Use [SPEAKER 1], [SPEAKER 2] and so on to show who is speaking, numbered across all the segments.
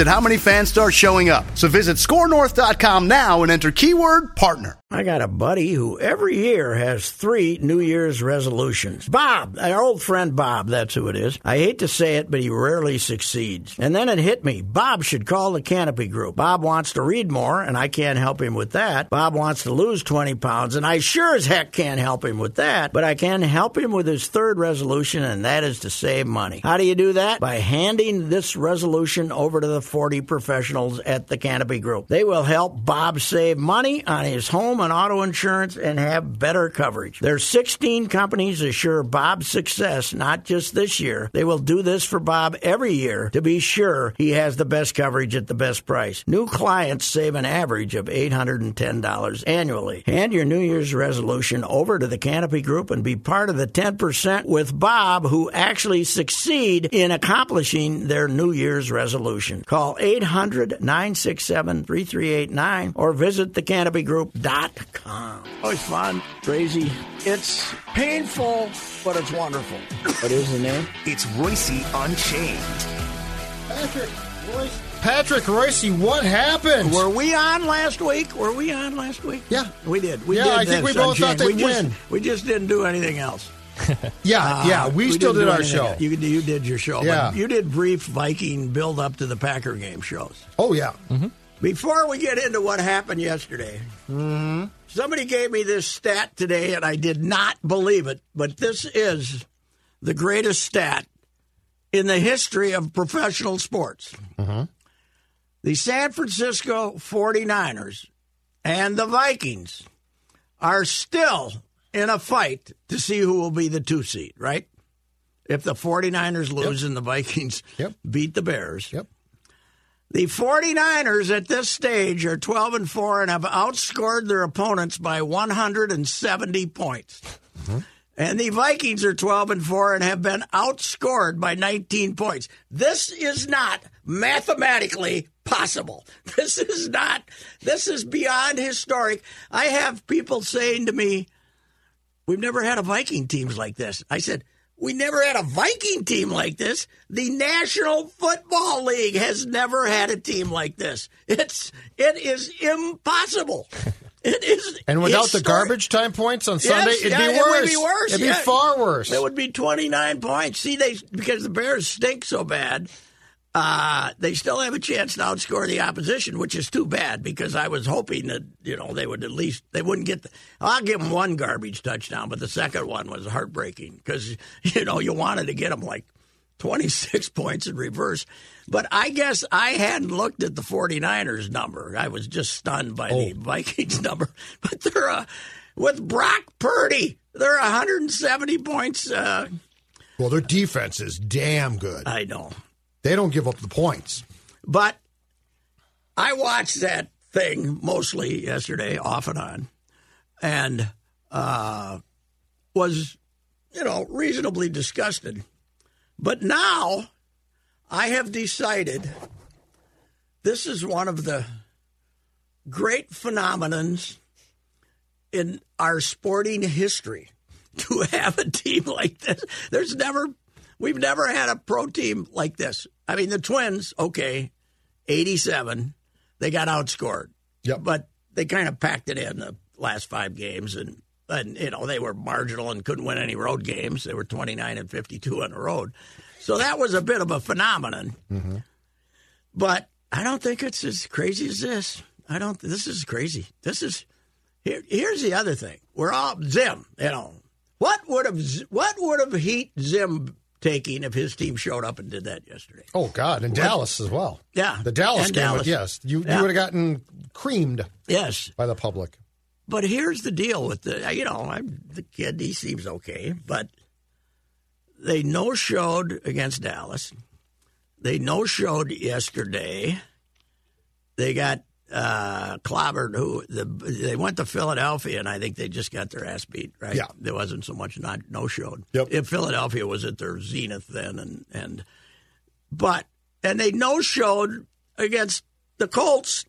[SPEAKER 1] at how many fans start showing up. So visit scorenorth.com now and enter keyword partner.
[SPEAKER 2] I got a buddy who every year has three New Year's resolutions. Bob, our old friend Bob, that's who it is. I hate to say it, but he rarely succeeds. And then it hit me. Bob should call the Canopy Group. Bob wants to read more, and I can't help him with that. Bob wants to lose 20 pounds, and I sure as heck can't help him with that. But I can help him with his third resolution, and that is to save money. How do you do that? By handing this resolution over to the 40 professionals at the Canopy Group. They will help Bob save money on his home and auto insurance and have better coverage. There's 16 companies assure Bob's success, not just this year. They will do this for Bob every year to be sure he has the best coverage at the best price. New clients save an average of $810 annually. Hand your New Year's resolution over to the Canopy Group and be part of the 10% with Bob who actually succeed in accomplishing their New Year's resolution. Call 800 967 3389 or visit thecanopygroup.com. Always fun, crazy. It's painful, but it's wonderful. What is the name?
[SPEAKER 3] It's Royce Unchained.
[SPEAKER 4] Patrick Royce. Patrick Royce, what happened?
[SPEAKER 2] Were we on last week? Were we on last week?
[SPEAKER 4] Yeah.
[SPEAKER 2] we did. We
[SPEAKER 4] Yeah,
[SPEAKER 2] did
[SPEAKER 4] I think
[SPEAKER 2] this,
[SPEAKER 4] we both thought
[SPEAKER 2] Unchained.
[SPEAKER 4] they'd
[SPEAKER 2] we
[SPEAKER 4] win.
[SPEAKER 2] Just, we just didn't do anything else.
[SPEAKER 4] Yeah,
[SPEAKER 2] Uh,
[SPEAKER 4] yeah. We, still
[SPEAKER 2] didn't
[SPEAKER 4] did
[SPEAKER 2] do
[SPEAKER 4] our
[SPEAKER 2] anything
[SPEAKER 4] show.
[SPEAKER 2] else. You, you did your show. but
[SPEAKER 4] Yeah.
[SPEAKER 2] you did brief Viking build up to the Packer game shows.
[SPEAKER 4] oh yeah.
[SPEAKER 2] Mm-hmm. Before we get into what happened yesterday,
[SPEAKER 4] Mm-hmm.
[SPEAKER 2] somebody gave me this stat today, and I did not believe it, but this is the greatest stat in the history of professional sports.
[SPEAKER 4] Mm-hmm.
[SPEAKER 2] The San Francisco 49ers and the Vikings are still in a fight to see who will be the two seed, right? If the 49ers lose and the Vikings
[SPEAKER 4] Yep.
[SPEAKER 2] beat the Bears.
[SPEAKER 4] Yep.
[SPEAKER 2] The 49ers at this stage are 12 and 4 and have outscored their opponents by 170 points. And the Vikings are 12 and 4 and have been outscored by 19 points. This is not mathematically possible. This is not this is beyond historic. I have people saying to me, We've never had a Viking teams like this. I said, we never had a Viking team like this. The National Football League has never had a team like this. It's it is impossible. It is
[SPEAKER 4] And without the
[SPEAKER 2] historic.
[SPEAKER 4] garbage time points on
[SPEAKER 2] Yes,
[SPEAKER 4] Sunday, it'd
[SPEAKER 2] yeah,
[SPEAKER 4] be
[SPEAKER 2] it
[SPEAKER 4] worse.
[SPEAKER 2] would be worse.
[SPEAKER 4] It'd be
[SPEAKER 2] yeah.
[SPEAKER 4] far worse.
[SPEAKER 2] It would be 29 points. See, they because the Bears stink so bad, uh, they still have a chance to outscore the opposition, which is too bad because I was hoping that you know they would at least they wouldn't get. The, I'll give them one garbage touchdown, but the second one was heartbreaking because you know you wanted to get them like 26 points in reverse. But I guess I hadn't looked at the 49ers number. I was just stunned by the Vikings number. But they're uh, with Brock Purdy. They're 170 points. Uh,
[SPEAKER 4] well, their defense is damn good.
[SPEAKER 2] I know.
[SPEAKER 4] They don't give up the points.
[SPEAKER 2] But I watched that thing mostly yesterday, off and on, and uh, was, you know, reasonably disgusted. But now I have decided this is one of the great phenomenons in our sporting history to have a team like this. There's never, we've never had a pro team like this. I mean, the Twins, okay, 87, they got outscored.
[SPEAKER 4] Yep.
[SPEAKER 2] But they kind of packed it in the last five games and. And you know they were marginal and couldn't win any road games. They were twenty nine and fifty two on the road, so that was a bit of a phenomenon. But I don't think it's as crazy as this. I don't. This is crazy. This is Here, here's the other thing. We're all Zim, you know. What would have what would have Heat Zim taking if his team showed up and did that yesterday?
[SPEAKER 4] Oh God, and Dallas as well.
[SPEAKER 2] Yeah,
[SPEAKER 4] the Dallas
[SPEAKER 2] and
[SPEAKER 4] game.
[SPEAKER 2] Dallas.
[SPEAKER 4] Yes, you
[SPEAKER 2] Yeah.
[SPEAKER 4] you would have gotten creamed
[SPEAKER 2] Yes,
[SPEAKER 4] by the public.
[SPEAKER 2] but here's the deal with the you know I'm the kid. He seems okay, but they no showed against Dallas. They no showed yesterday. They got uh, clobbered. Who the, they went to Philadelphia, and I think they just got their ass beat. Right?
[SPEAKER 4] Yeah.
[SPEAKER 2] There wasn't so much not no showed.
[SPEAKER 4] Yep.
[SPEAKER 2] If Philadelphia was at their zenith then, and and but and they no showed against the Colts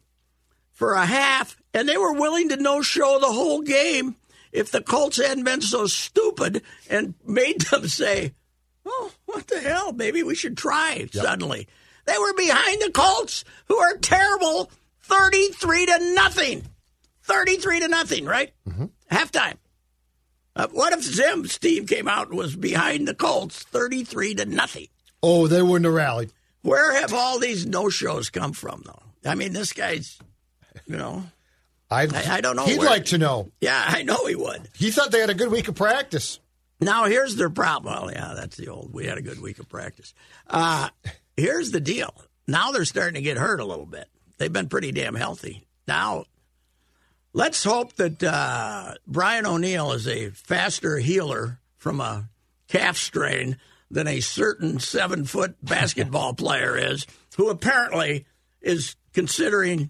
[SPEAKER 2] for a half, and they were willing to no show the whole game if the Colts hadn't been so stupid and made them say, oh, what the hell? Maybe we should try suddenly. They were behind the Colts, who are terrible, 33 to nothing. 33 to nothing, right? Halftime. Uh, what if Zim's team came out and was behind the Colts 33 to nothing?
[SPEAKER 4] Oh, they wouldn't have rallied.
[SPEAKER 2] Where have all these no shows come from, though? I mean, this guy's, you know,
[SPEAKER 4] I'd,
[SPEAKER 2] I- I don't know
[SPEAKER 4] He'd
[SPEAKER 2] where-
[SPEAKER 4] like to know.
[SPEAKER 2] yeah, I know he would.
[SPEAKER 4] He thought they had a good week of practice.
[SPEAKER 2] Now here's their problem. Well, yeah, that's the old. We had a good week of practice. Uh, here's the deal. Now they're starting to get hurt a little bit. They've been pretty damn healthy. Now, let's hope that uh, Brian O'Neill is a faster healer from a calf strain than a certain seven foot basketball player is, who apparently is considering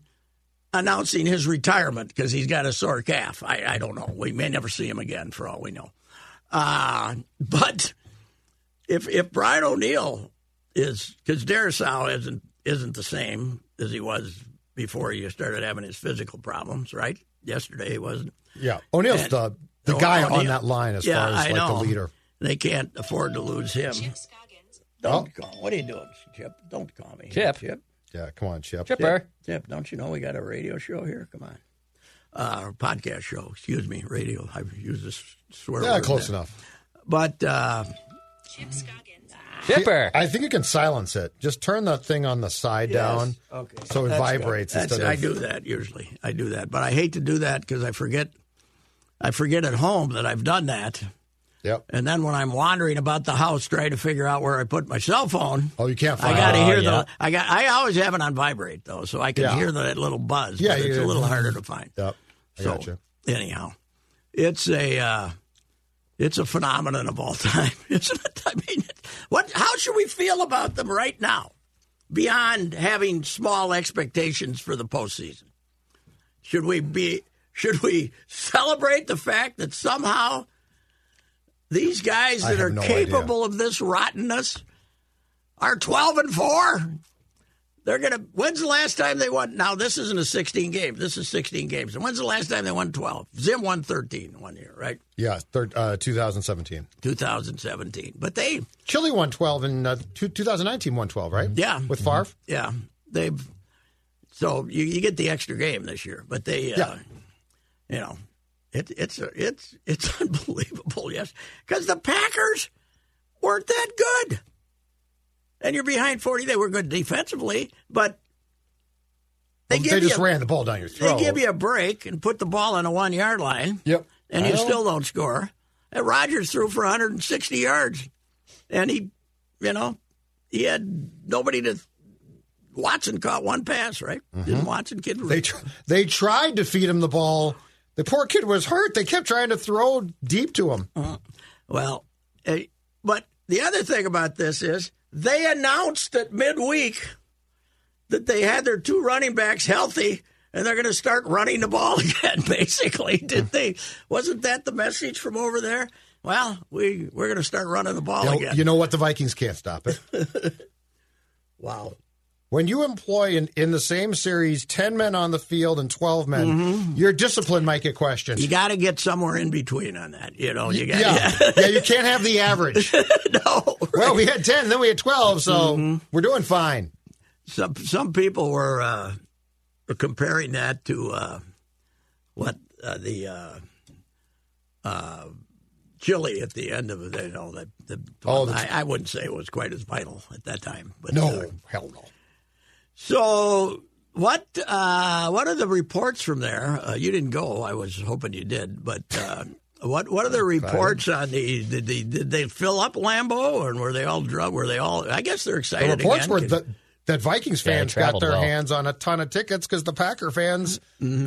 [SPEAKER 2] announcing his retirement because he's got a sore calf. I, I don't know. We may never see him again, for all we know. Uh, but if if Brian O'Neill is because Darisaw isn't isn't the same as he was before he started having his physical problems, right? Yesterday he wasn't.
[SPEAKER 4] Yeah, O'Neill's
[SPEAKER 2] And-
[SPEAKER 4] the the
[SPEAKER 2] O-
[SPEAKER 4] guy on
[SPEAKER 2] O'Neal-
[SPEAKER 4] that line as
[SPEAKER 2] yeah,
[SPEAKER 4] far as
[SPEAKER 2] I
[SPEAKER 4] like
[SPEAKER 2] know.
[SPEAKER 4] the leader. Oh.
[SPEAKER 2] They can't afford to lose him. Don't call. What are you doing, Chip? Don't call me, here,
[SPEAKER 5] Chip.
[SPEAKER 2] Chip.
[SPEAKER 4] Yeah, come on, Chip.
[SPEAKER 5] Chipper.
[SPEAKER 2] Chip, don't you know we got a radio show here? Come on, uh, podcast show. Excuse me, radio. I've used this swear.
[SPEAKER 4] Yeah,
[SPEAKER 2] word
[SPEAKER 4] close
[SPEAKER 2] now.
[SPEAKER 4] enough.
[SPEAKER 2] But uh,
[SPEAKER 5] Chipper.
[SPEAKER 4] I think you can silence it. Just turn that thing on the side down
[SPEAKER 2] Okay.
[SPEAKER 4] so it
[SPEAKER 2] That's good.
[SPEAKER 4] vibrates
[SPEAKER 2] That's-
[SPEAKER 4] instead
[SPEAKER 2] I
[SPEAKER 4] of
[SPEAKER 2] do that usually. I do that, but I hate to do that because I forget. I forget at home that I've done that,
[SPEAKER 4] Yep.
[SPEAKER 2] and then when I'm wandering about the house trying to figure out where I put my cell phone,
[SPEAKER 4] Oh, you can't
[SPEAKER 2] I
[SPEAKER 4] find
[SPEAKER 2] got to
[SPEAKER 4] it.
[SPEAKER 2] hear
[SPEAKER 5] yeah.
[SPEAKER 2] the. I got. I always have it on vibrate though, so I can
[SPEAKER 4] Yeah.
[SPEAKER 2] hear that little buzz.
[SPEAKER 4] Yeah,
[SPEAKER 2] but it's a
[SPEAKER 4] you-
[SPEAKER 2] little harder to find.
[SPEAKER 4] Yep. I
[SPEAKER 2] So
[SPEAKER 4] got you.
[SPEAKER 2] anyhow, it's a uh, it's a phenomenon of all time, isn't it? I mean, what? How should we feel about them right now? Beyond having small expectations for the postseason, should we be? Should we celebrate the fact that somehow these guys
[SPEAKER 4] I
[SPEAKER 2] that
[SPEAKER 4] have
[SPEAKER 2] are
[SPEAKER 4] no
[SPEAKER 2] capable of this rottenness are twelve and four? They're gonna. When's the last time they won? Now this isn't a 16 game. This is 16 games. And when's the last time they won 12? Zim won 13 one year, right?
[SPEAKER 4] Yeah, third, uh, 2017.
[SPEAKER 2] 2017. But they,
[SPEAKER 4] Chile won 12 and uh, two, 2019 won 12, right?
[SPEAKER 2] Yeah.
[SPEAKER 4] With Favre?
[SPEAKER 2] yeah, they've. So you, you get the extra game this year, but they, uh,
[SPEAKER 4] Yeah.
[SPEAKER 2] you know, it, it's it's it's unbelievable. Yes, because the Packers weren't that good, and you're behind 40. They were good defensively, but they
[SPEAKER 4] Well,
[SPEAKER 2] give
[SPEAKER 4] they just
[SPEAKER 2] you
[SPEAKER 4] ran the ball down your
[SPEAKER 2] they
[SPEAKER 4] throat.
[SPEAKER 2] give you a break and put the ball on a one yard line.
[SPEAKER 4] Yep.
[SPEAKER 2] and
[SPEAKER 4] I
[SPEAKER 2] you
[SPEAKER 4] know.
[SPEAKER 2] still don't score. And Rogers threw for 160 yards, and he, you know, he had nobody to. Watson caught one pass, right? Didn't Watson kid?
[SPEAKER 4] Mm-hmm. They, tr- they tried to feed him the ball. The poor kid was hurt. They kept trying to throw deep to him.
[SPEAKER 2] Oh, well, eh, but the other thing about this is they announced at midweek that they had their two running backs healthy. And they're going to start running the ball again, basically, did they? Wasn't that the message from over there? Well, we we're going to start running the ball
[SPEAKER 4] You know-
[SPEAKER 2] again.
[SPEAKER 4] you know what? The Vikings can't stop it.
[SPEAKER 2] wow,
[SPEAKER 4] When you employ in, in the same series 10 men on the field and 12 men, your discipline might get questioned.
[SPEAKER 2] You got to get somewhere in between on that. You know, you got
[SPEAKER 4] yeah.
[SPEAKER 2] yeah.
[SPEAKER 4] yeah. you can't have the average.
[SPEAKER 2] no.
[SPEAKER 4] Well, we had 10, then we had 12, so we're doing fine.
[SPEAKER 2] Some some people were uh, were comparing that to uh, what uh, the uh, uh, Chile at the end of the you know the, the
[SPEAKER 4] Oh, the-
[SPEAKER 2] I, I wouldn't say it was quite as vital at that time, but uh,
[SPEAKER 4] No, hell no.
[SPEAKER 2] so What uh, What are the reports from there? Uh, you didn't go. I was hoping you did, but. Uh, What What are the reports on the did they, did they fill up Lambeau and were they all drug were they all I guess they're excited
[SPEAKER 4] The reports
[SPEAKER 2] again,
[SPEAKER 4] were
[SPEAKER 2] 'cause-
[SPEAKER 4] that, that Vikings
[SPEAKER 5] Yeah, it
[SPEAKER 4] fans got
[SPEAKER 5] traveled
[SPEAKER 4] their
[SPEAKER 5] well.
[SPEAKER 4] hands on a ton of tickets because the Packer fans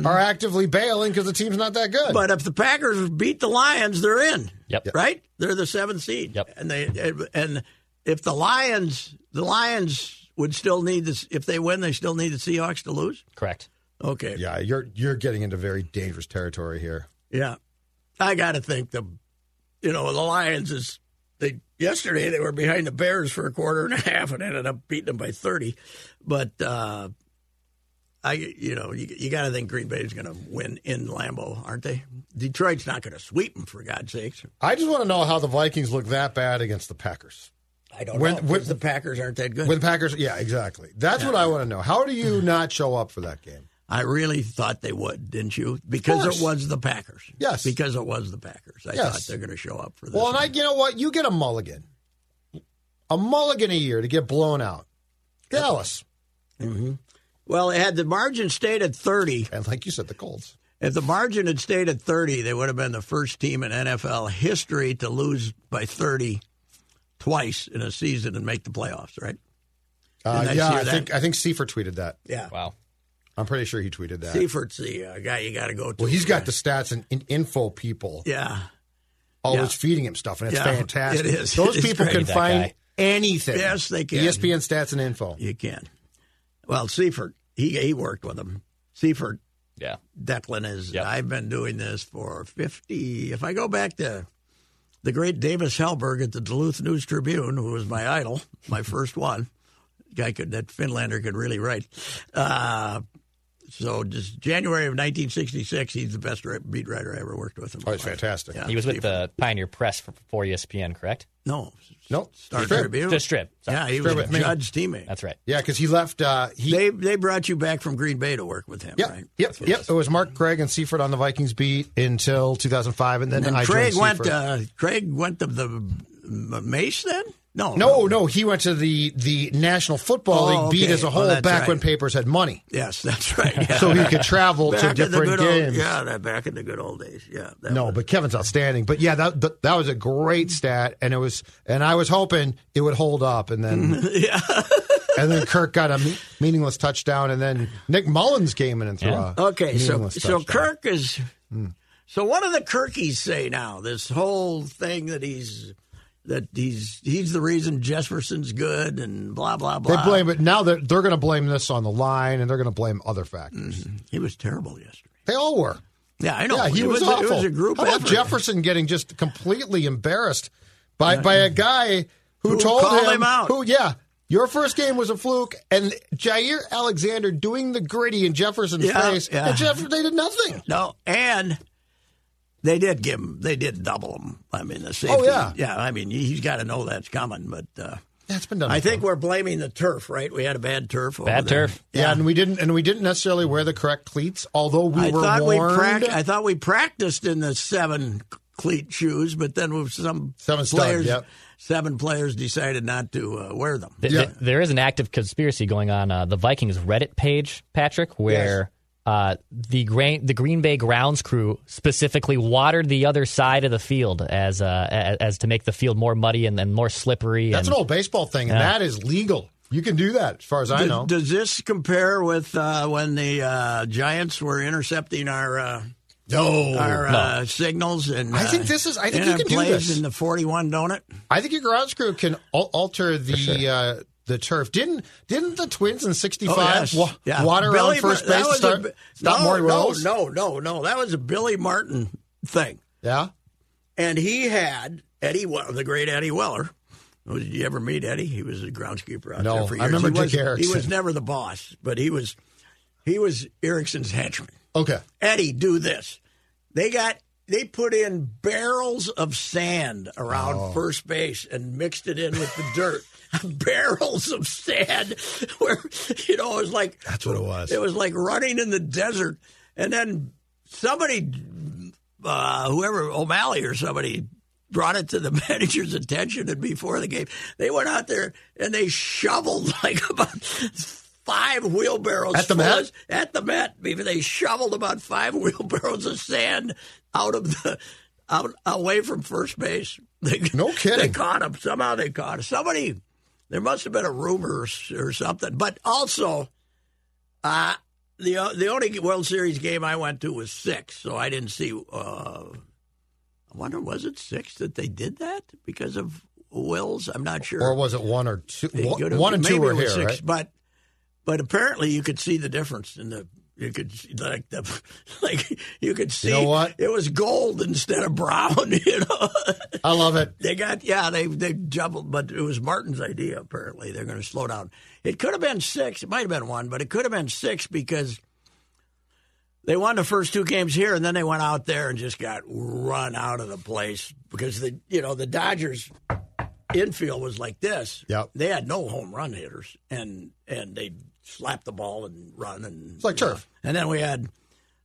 [SPEAKER 4] are actively bailing because the team's not that good.
[SPEAKER 2] But if the Packers beat the Lions, they're in.
[SPEAKER 5] Yep. Yep.
[SPEAKER 2] Right? They're the seventh seed.
[SPEAKER 5] Yep.
[SPEAKER 2] And they and if the Lions, the Lions would still need this. If they win, they still need the Seahawks to lose.
[SPEAKER 5] Correct.
[SPEAKER 2] Okay.
[SPEAKER 4] yeah, you're you're getting into very dangerous territory here.
[SPEAKER 2] Yeah. I got to think the, you know, the Lions is. They yesterday they were behind the Bears for a quarter and a half and ended up beating them by thirty, but. uh I, you know, you, you got to think Green Bay is going to win in Lambeau, aren't they? Detroit's not going to sweep them, for God's sakes.
[SPEAKER 4] I just want to know how the Vikings look that bad against the Packers.
[SPEAKER 2] I don't
[SPEAKER 4] When-
[SPEAKER 2] know. 'cause
[SPEAKER 4] when-
[SPEAKER 2] the Packers aren't that good.
[SPEAKER 4] When the Packers, yeah, exactly. That's what I want to know. How do you not show up for that game?
[SPEAKER 2] I really thought they would, didn't you? Because
[SPEAKER 4] course.
[SPEAKER 2] it was the Packers.
[SPEAKER 4] Yes.
[SPEAKER 2] Because it was the Packers. I
[SPEAKER 4] Yes.
[SPEAKER 2] thought they're going to show up for this.
[SPEAKER 4] Well, and I,
[SPEAKER 2] one.
[SPEAKER 4] you know what? You get a mulligan, a mulligan a year to get blown out. Dallas,
[SPEAKER 2] well, had the margin stayed at 30,
[SPEAKER 4] and like you said, the Colts.
[SPEAKER 2] if the margin had stayed at 30, they would have been the first team in NFL history to lose by 30 twice in a season and make the playoffs, right?
[SPEAKER 4] Uh,
[SPEAKER 2] Didn't I
[SPEAKER 4] yeah,
[SPEAKER 2] see
[SPEAKER 4] I
[SPEAKER 2] that?
[SPEAKER 4] think I think Seifert tweeted that.
[SPEAKER 2] Yeah.
[SPEAKER 5] Wow.
[SPEAKER 4] I'm pretty sure he tweeted that.
[SPEAKER 2] Seifert's the uh, guy you got to go to.
[SPEAKER 4] Well, he's got the stats and, and info people
[SPEAKER 2] Yeah.
[SPEAKER 4] always
[SPEAKER 2] yeah.
[SPEAKER 4] feeding him stuff, and it's
[SPEAKER 2] Yeah,
[SPEAKER 4] fantastic.
[SPEAKER 2] it is.
[SPEAKER 4] Those
[SPEAKER 2] It's
[SPEAKER 4] people
[SPEAKER 2] great.
[SPEAKER 4] can
[SPEAKER 5] That
[SPEAKER 4] find
[SPEAKER 5] guy.
[SPEAKER 4] anything. E
[SPEAKER 2] Yes, they can.
[SPEAKER 4] ESPN stats and info.
[SPEAKER 2] You can. Well, Seifert, he, he worked with him. Seifert
[SPEAKER 5] Yeah.
[SPEAKER 2] Declan is
[SPEAKER 5] Yep.
[SPEAKER 2] I've been doing this for 50. If I go back to the great Davis Halberg at the Duluth News Tribune, who was my idol, my first one, guy could that Finlander could really write. Uh, so just January of 1966, he's the best ri- beat writer I ever worked with. in my
[SPEAKER 4] Oh, it's
[SPEAKER 2] life.
[SPEAKER 4] fantastic.
[SPEAKER 2] Yeah.
[SPEAKER 5] He was with the Pioneer Press for, for E ESPN, correct?
[SPEAKER 2] No,
[SPEAKER 4] Nope.
[SPEAKER 2] Star
[SPEAKER 4] Strip.
[SPEAKER 2] Tribune.
[SPEAKER 5] Just strip. Sorry.
[SPEAKER 2] yeah, he was
[SPEAKER 4] Strip it, man.
[SPEAKER 2] Judd's teammate.
[SPEAKER 5] That's right.
[SPEAKER 4] Yeah, because he left. Uh, he
[SPEAKER 2] They they brought you back from Green Bay to work with him,
[SPEAKER 4] yep,
[SPEAKER 2] right?
[SPEAKER 4] yep,
[SPEAKER 2] That's what it
[SPEAKER 4] yep. It was Mark Craig and Seifert on the Vikings beat until 2005, and then
[SPEAKER 2] And
[SPEAKER 4] I
[SPEAKER 2] Craig
[SPEAKER 4] joined
[SPEAKER 2] went.
[SPEAKER 4] Seifert.
[SPEAKER 2] Uh, Craig went to the M- Mace then. No,
[SPEAKER 4] no, no, he went to the the National Football
[SPEAKER 2] Oh,
[SPEAKER 4] League beat
[SPEAKER 2] okay.
[SPEAKER 4] as a
[SPEAKER 2] Oh,
[SPEAKER 4] whole
[SPEAKER 2] that's
[SPEAKER 4] back
[SPEAKER 2] right.
[SPEAKER 4] when papers had money,
[SPEAKER 2] Yes, that's right. yeah.
[SPEAKER 4] so he could travel to
[SPEAKER 2] back in the
[SPEAKER 4] different
[SPEAKER 2] good
[SPEAKER 4] games.
[SPEAKER 2] old yeah, that back in the good old days. Yeah, that
[SPEAKER 4] No,
[SPEAKER 2] was-
[SPEAKER 4] but Kevin's outstanding. But yeah, that, that that was a great stat, and it was, and I was hoping it would hold up, and then
[SPEAKER 2] yeah,
[SPEAKER 4] and then Kirk got a me- meaningless touchdown, and then Nick Mullins came in and threw. A
[SPEAKER 2] okay. So
[SPEAKER 4] meaningless
[SPEAKER 2] so
[SPEAKER 4] touchdown.
[SPEAKER 2] Kirk is.
[SPEAKER 4] Hmm.
[SPEAKER 2] So what do the Kirkies say now? This whole thing that he's that he's he's the reason Jefferson's good and blah blah
[SPEAKER 4] they
[SPEAKER 2] blah.
[SPEAKER 4] blame it now. They're they're going to blame this on the line, and they're going to blame other factors.
[SPEAKER 2] He was terrible yesterday.
[SPEAKER 4] They all were.
[SPEAKER 2] Yeah, I know.
[SPEAKER 4] Yeah, he
[SPEAKER 2] Oh, it
[SPEAKER 4] was,
[SPEAKER 2] was,
[SPEAKER 4] awful.
[SPEAKER 2] A, it was a group
[SPEAKER 4] How about
[SPEAKER 2] effort.
[SPEAKER 4] Jefferson getting just completely embarrassed by by a guy who,
[SPEAKER 2] Who
[SPEAKER 4] told
[SPEAKER 2] called him out.
[SPEAKER 4] Who, yeah. Your first game was a fluke, and Jair Alexander doing the gritty in Jefferson's
[SPEAKER 2] Yeah,
[SPEAKER 4] face,
[SPEAKER 2] yeah.
[SPEAKER 4] and Jefferson they did nothing.
[SPEAKER 2] No, and they did give him. They did double him. I mean, the safety.
[SPEAKER 4] Oh, yeah.
[SPEAKER 2] yeah. I mean, he's got to know that's coming. But uh,
[SPEAKER 4] That's been done.
[SPEAKER 2] I think we're blaming the turf, right? We had a bad turf. over
[SPEAKER 5] Bad
[SPEAKER 2] there.
[SPEAKER 5] turf.
[SPEAKER 4] yeah, and we didn't, and we didn't necessarily wear the correct cleats, although we
[SPEAKER 2] I
[SPEAKER 4] were
[SPEAKER 2] thought we
[SPEAKER 4] warned.
[SPEAKER 2] prac- I thought we practiced in the seven cleat shoes, but then with some
[SPEAKER 4] Seven stud,
[SPEAKER 2] players,
[SPEAKER 4] yep.
[SPEAKER 2] seven players decided not to uh, wear them.
[SPEAKER 5] Th- th- there is an active conspiracy going on uh, the Vikings Reddit page, Patrick, where uh, the Green the Green Bay grounds crew specifically watered the other side of the field as uh, as, as to make the field more muddy and, and more slippery.
[SPEAKER 4] That's an
[SPEAKER 5] and,
[SPEAKER 4] old baseball thing, and that is legal. You can do that, as far as I
[SPEAKER 2] Does-
[SPEAKER 4] know.
[SPEAKER 2] Does this compare with uh, when the uh, Giants were intercepting our uh,
[SPEAKER 4] no,
[SPEAKER 2] our uh, signals? And
[SPEAKER 4] I think
[SPEAKER 2] uh,
[SPEAKER 4] this is- I think
[SPEAKER 2] and
[SPEAKER 4] you
[SPEAKER 2] our
[SPEAKER 4] can do
[SPEAKER 2] plays
[SPEAKER 4] this.
[SPEAKER 2] in the forty-one, don't it?
[SPEAKER 4] I think your grounds crew can al- alter the uh, the turf. Didn't didn't the Twins in '65
[SPEAKER 2] Oh, yes.
[SPEAKER 4] Oh, wa-
[SPEAKER 2] Yeah.
[SPEAKER 4] water
[SPEAKER 2] Billy
[SPEAKER 4] on first
[SPEAKER 2] Mar- that
[SPEAKER 4] base to
[SPEAKER 2] was
[SPEAKER 4] start,
[SPEAKER 2] a bi-
[SPEAKER 4] stop
[SPEAKER 2] no,
[SPEAKER 4] Maury
[SPEAKER 2] no,
[SPEAKER 4] Wells?
[SPEAKER 2] no, no, no. That was a Billy Martin thing.
[SPEAKER 4] Yeah,
[SPEAKER 2] And he had Eddie, Wel- the great Eddie Weller. Oh, Did you ever meet Eddie? He was a groundskeeper out
[SPEAKER 4] No,
[SPEAKER 2] there for
[SPEAKER 4] I
[SPEAKER 2] years.
[SPEAKER 4] remember
[SPEAKER 2] he
[SPEAKER 4] Dick
[SPEAKER 2] was,
[SPEAKER 4] Erickson.
[SPEAKER 2] He was never the boss, but he was he was Erickson's henchman.
[SPEAKER 4] okay.
[SPEAKER 2] Eddie, do this. They got they put in barrels of sand around
[SPEAKER 4] Oh.
[SPEAKER 2] first base and mixed it in with the dirt. barrels of sand, where you know it was like
[SPEAKER 4] That's what it was.
[SPEAKER 2] it was like running in the desert, and then somebody, uh, whoever O'Malley or somebody, brought it to the manager's attention. And before the game, they went out there and they shoveled like about five wheelbarrows
[SPEAKER 4] At the
[SPEAKER 2] full
[SPEAKER 4] Met?
[SPEAKER 2] of- at the Met. Before they shoveled about five wheelbarrows of sand out of the out away from first base. They,
[SPEAKER 4] No
[SPEAKER 2] They
[SPEAKER 4] kidding.
[SPEAKER 2] caught him. Somehow they caught him. Somebody. There must have been a rumor or, s- or something. But also, uh, the uh, the only World Series game I went to was six, so I didn't see. Uh, I wonder was it six that they did that because of Wills? I'm not sure.
[SPEAKER 4] Or was it one or two?
[SPEAKER 2] They
[SPEAKER 4] One,
[SPEAKER 2] could have-
[SPEAKER 4] one and
[SPEAKER 2] maybe
[SPEAKER 4] two were
[SPEAKER 2] it
[SPEAKER 4] here,
[SPEAKER 2] was
[SPEAKER 4] right?
[SPEAKER 2] But but apparently you could see the difference in the you could see, like the like you could see
[SPEAKER 4] know what?
[SPEAKER 2] it was gold instead of brown. You know
[SPEAKER 4] I love it.
[SPEAKER 2] they got yeah they they jumbled, but it was Martin's idea. Apparently they're going to slow down. It could have been six. It might have been one, but it could have been six because. They won the first two games here, and then they went out there and just got run out of the place because the you know the Dodgers infield was like this.
[SPEAKER 4] Yep.
[SPEAKER 2] They had no home run hitters, and and they slapped the ball and run and
[SPEAKER 4] It's like turf.
[SPEAKER 2] And then we had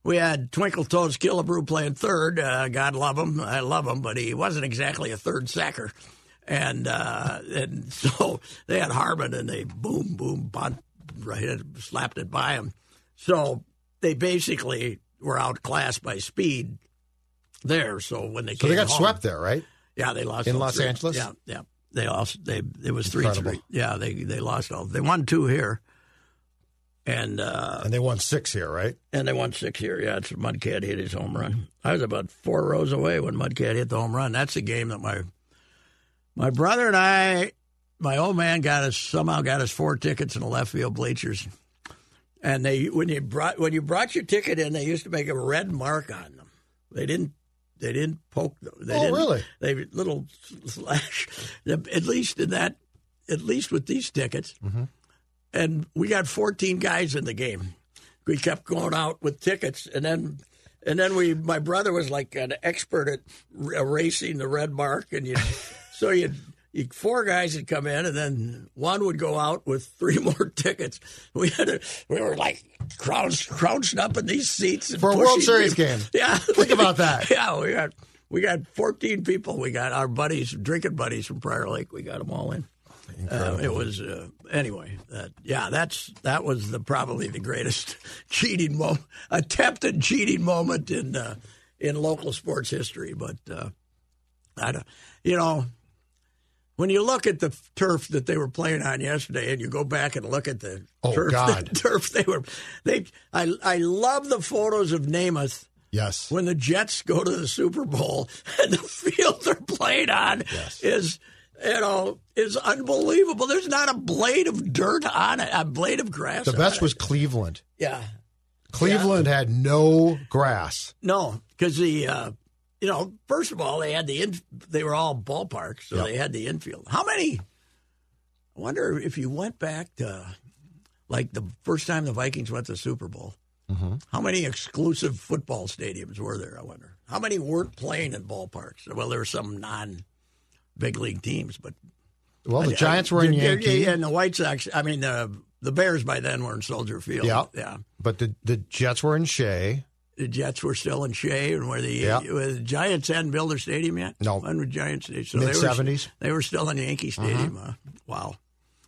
[SPEAKER 2] we had Twinkle Toes Killebrew playing third. Uh, God love him, I love him, but he wasn't exactly a third sacker. And uh, and so they had Harmon, and they boom boom bunt right uh, slapped it by him. So they basically were outclassed by speed there. So when they
[SPEAKER 4] So
[SPEAKER 2] came
[SPEAKER 4] they got
[SPEAKER 2] home-
[SPEAKER 4] swept there, right?
[SPEAKER 2] yeah, they lost
[SPEAKER 4] In
[SPEAKER 2] all
[SPEAKER 4] Los
[SPEAKER 2] three.
[SPEAKER 4] Angeles?
[SPEAKER 2] Yeah, yeah, they lost. They it was three
[SPEAKER 4] Incredible.
[SPEAKER 2] three. Yeah, they they lost all. They won two here, and uh,
[SPEAKER 4] And they won six here, right?
[SPEAKER 2] and they won six here. Yeah, it's Mudcat hit his home run. I was about four rows away when Mudcat hit the home run. That's the game that my my brother and I, my old man, got us somehow got us four tickets in the left field bleachers. And they when you brought when you brought your ticket in, they used to make a red mark on them. They didn't they didn't poke them. They
[SPEAKER 4] Oh,
[SPEAKER 2] didn't,
[SPEAKER 4] really?
[SPEAKER 2] They little slash. At least in that, at least with these tickets,
[SPEAKER 4] Mm-hmm.
[SPEAKER 2] and we got 14 guys in the game. We kept going out with tickets, and then and then we. My brother was like an expert at r- erasing the red mark, and you. so you. You, four guys would come in, and then one would go out with three more tickets. We had a, we were like crouched, crouched up in these seats and
[SPEAKER 4] For a World
[SPEAKER 2] pushing
[SPEAKER 4] Series
[SPEAKER 2] people.
[SPEAKER 4] game.
[SPEAKER 2] Yeah,
[SPEAKER 4] Think about that.
[SPEAKER 2] Yeah, we got we got fourteen people. We got our buddies, drinking buddies from Prior Lake. We got them all in. Uh, it was uh, anyway. That, yeah, that's that was the probably the greatest cheating moment, attempted cheating moment in uh, in local sports history. But uh, I don't, you know, when you look at the turf that they were playing on yesterday, and you go back and look at the
[SPEAKER 4] Oh,
[SPEAKER 2] turf,
[SPEAKER 4] God.
[SPEAKER 2] the turf they were they. I I love the photos of Namath
[SPEAKER 4] Yes.
[SPEAKER 2] when the Jets go to the Super Bowl and the field they're playing on is you know is unbelievable. There's not a blade of dirt on it, a blade of grass.
[SPEAKER 4] The
[SPEAKER 2] on
[SPEAKER 4] best
[SPEAKER 2] it.
[SPEAKER 4] was Cleveland.
[SPEAKER 2] yeah,
[SPEAKER 4] Cleveland had no grass.
[SPEAKER 2] no, because the uh, you know first of all they had the in, they were all ballparks, so they had the infield. How many? I wonder if you went back to like the first time the Vikings went to the Super Bowl.
[SPEAKER 4] Mm-hmm.
[SPEAKER 2] How many exclusive football stadiums were there? I wonder. How many weren't playing in ballparks? Well, there were some non big league teams, but
[SPEAKER 4] Well, Oh, the Giants were in
[SPEAKER 2] Yeah,
[SPEAKER 4] Yankee,
[SPEAKER 2] yeah, and the White Sox. I mean, the the Bears by then were in Soldier Field.
[SPEAKER 4] Yeah.
[SPEAKER 2] yeah.
[SPEAKER 4] but the, the Jets were in Shea.
[SPEAKER 2] The Jets were still in Shea, and where the,
[SPEAKER 4] Yeah.
[SPEAKER 2] where the Giants hadn't built their stadium yet.
[SPEAKER 4] No. Uh-huh.
[SPEAKER 2] when were Giants? So
[SPEAKER 4] Mid
[SPEAKER 2] They were,
[SPEAKER 4] seventies.
[SPEAKER 2] they were still in Yankee Stadium. huh? Wow.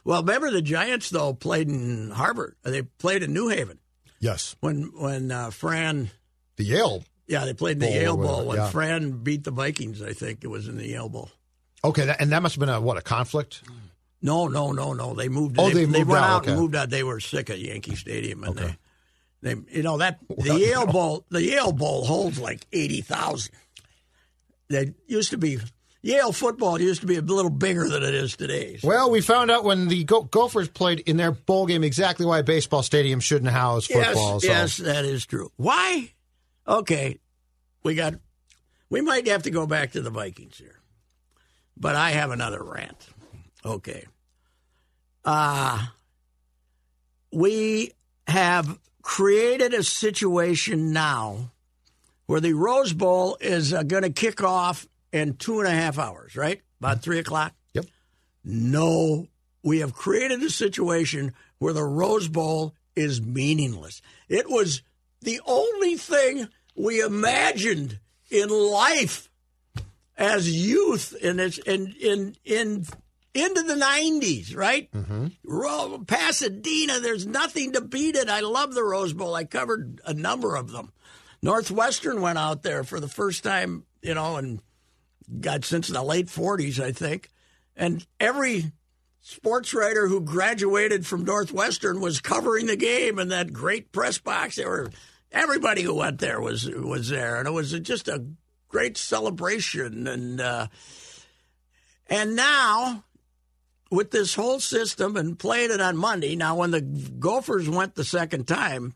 [SPEAKER 2] Well, remember the Giants though played in Harvard. They played in New Haven
[SPEAKER 4] Yes.
[SPEAKER 2] when when uh, Fran.
[SPEAKER 4] The Yale.
[SPEAKER 2] Yeah, they played in the
[SPEAKER 4] Bowl or
[SPEAKER 2] Yale Bowl
[SPEAKER 4] whatever,
[SPEAKER 2] when
[SPEAKER 4] yeah.
[SPEAKER 2] Fran beat the Vikings. I think it was in the Yale Bowl.
[SPEAKER 4] Okay, that, and that must have been a what a conflict.
[SPEAKER 2] No, no, no, no. They moved.
[SPEAKER 4] Oh, they moved
[SPEAKER 2] went
[SPEAKER 4] out,
[SPEAKER 2] out and
[SPEAKER 4] okay.
[SPEAKER 2] moved out. They were sick of Yankee Stadium, and uh, they, they, you know that the Yale Bowl, the Yale Bowl holds like eighty thousand. That used to be Yale football used to be a little bigger than it is today. So-
[SPEAKER 4] Well, we found out when the Go- Gophers played in their bowl game exactly why a baseball stadium shouldn't house football.
[SPEAKER 2] Yes,
[SPEAKER 4] so-
[SPEAKER 2] yes, that is true. Why? Okay, we got. We might have to go back to the Vikings here, but I have another rant. Okay. Uh we have created a situation now where the Rose Bowl is uh, going to kick off in two and a half hours, right? About three o'clock.
[SPEAKER 4] Yep.
[SPEAKER 2] No, we have created a situation where the Rose Bowl is meaningless. It was the only thing we imagined in life as youth in its in in in into the 90s, right? Mm-hmm. Ro- Pasadena, there's nothing to beat it. I love the Rose Bowl. I covered a number of them. Northwestern went out there for the first time, you know, and God, since the late 40s, I think. And every sports writer who graduated from Northwestern was covering the game in that great press box. There were everybody who went there was was there, and it was just a great celebration. And uh, and now with this whole system and playing it on Monday. Now, when the Gophers went the second time,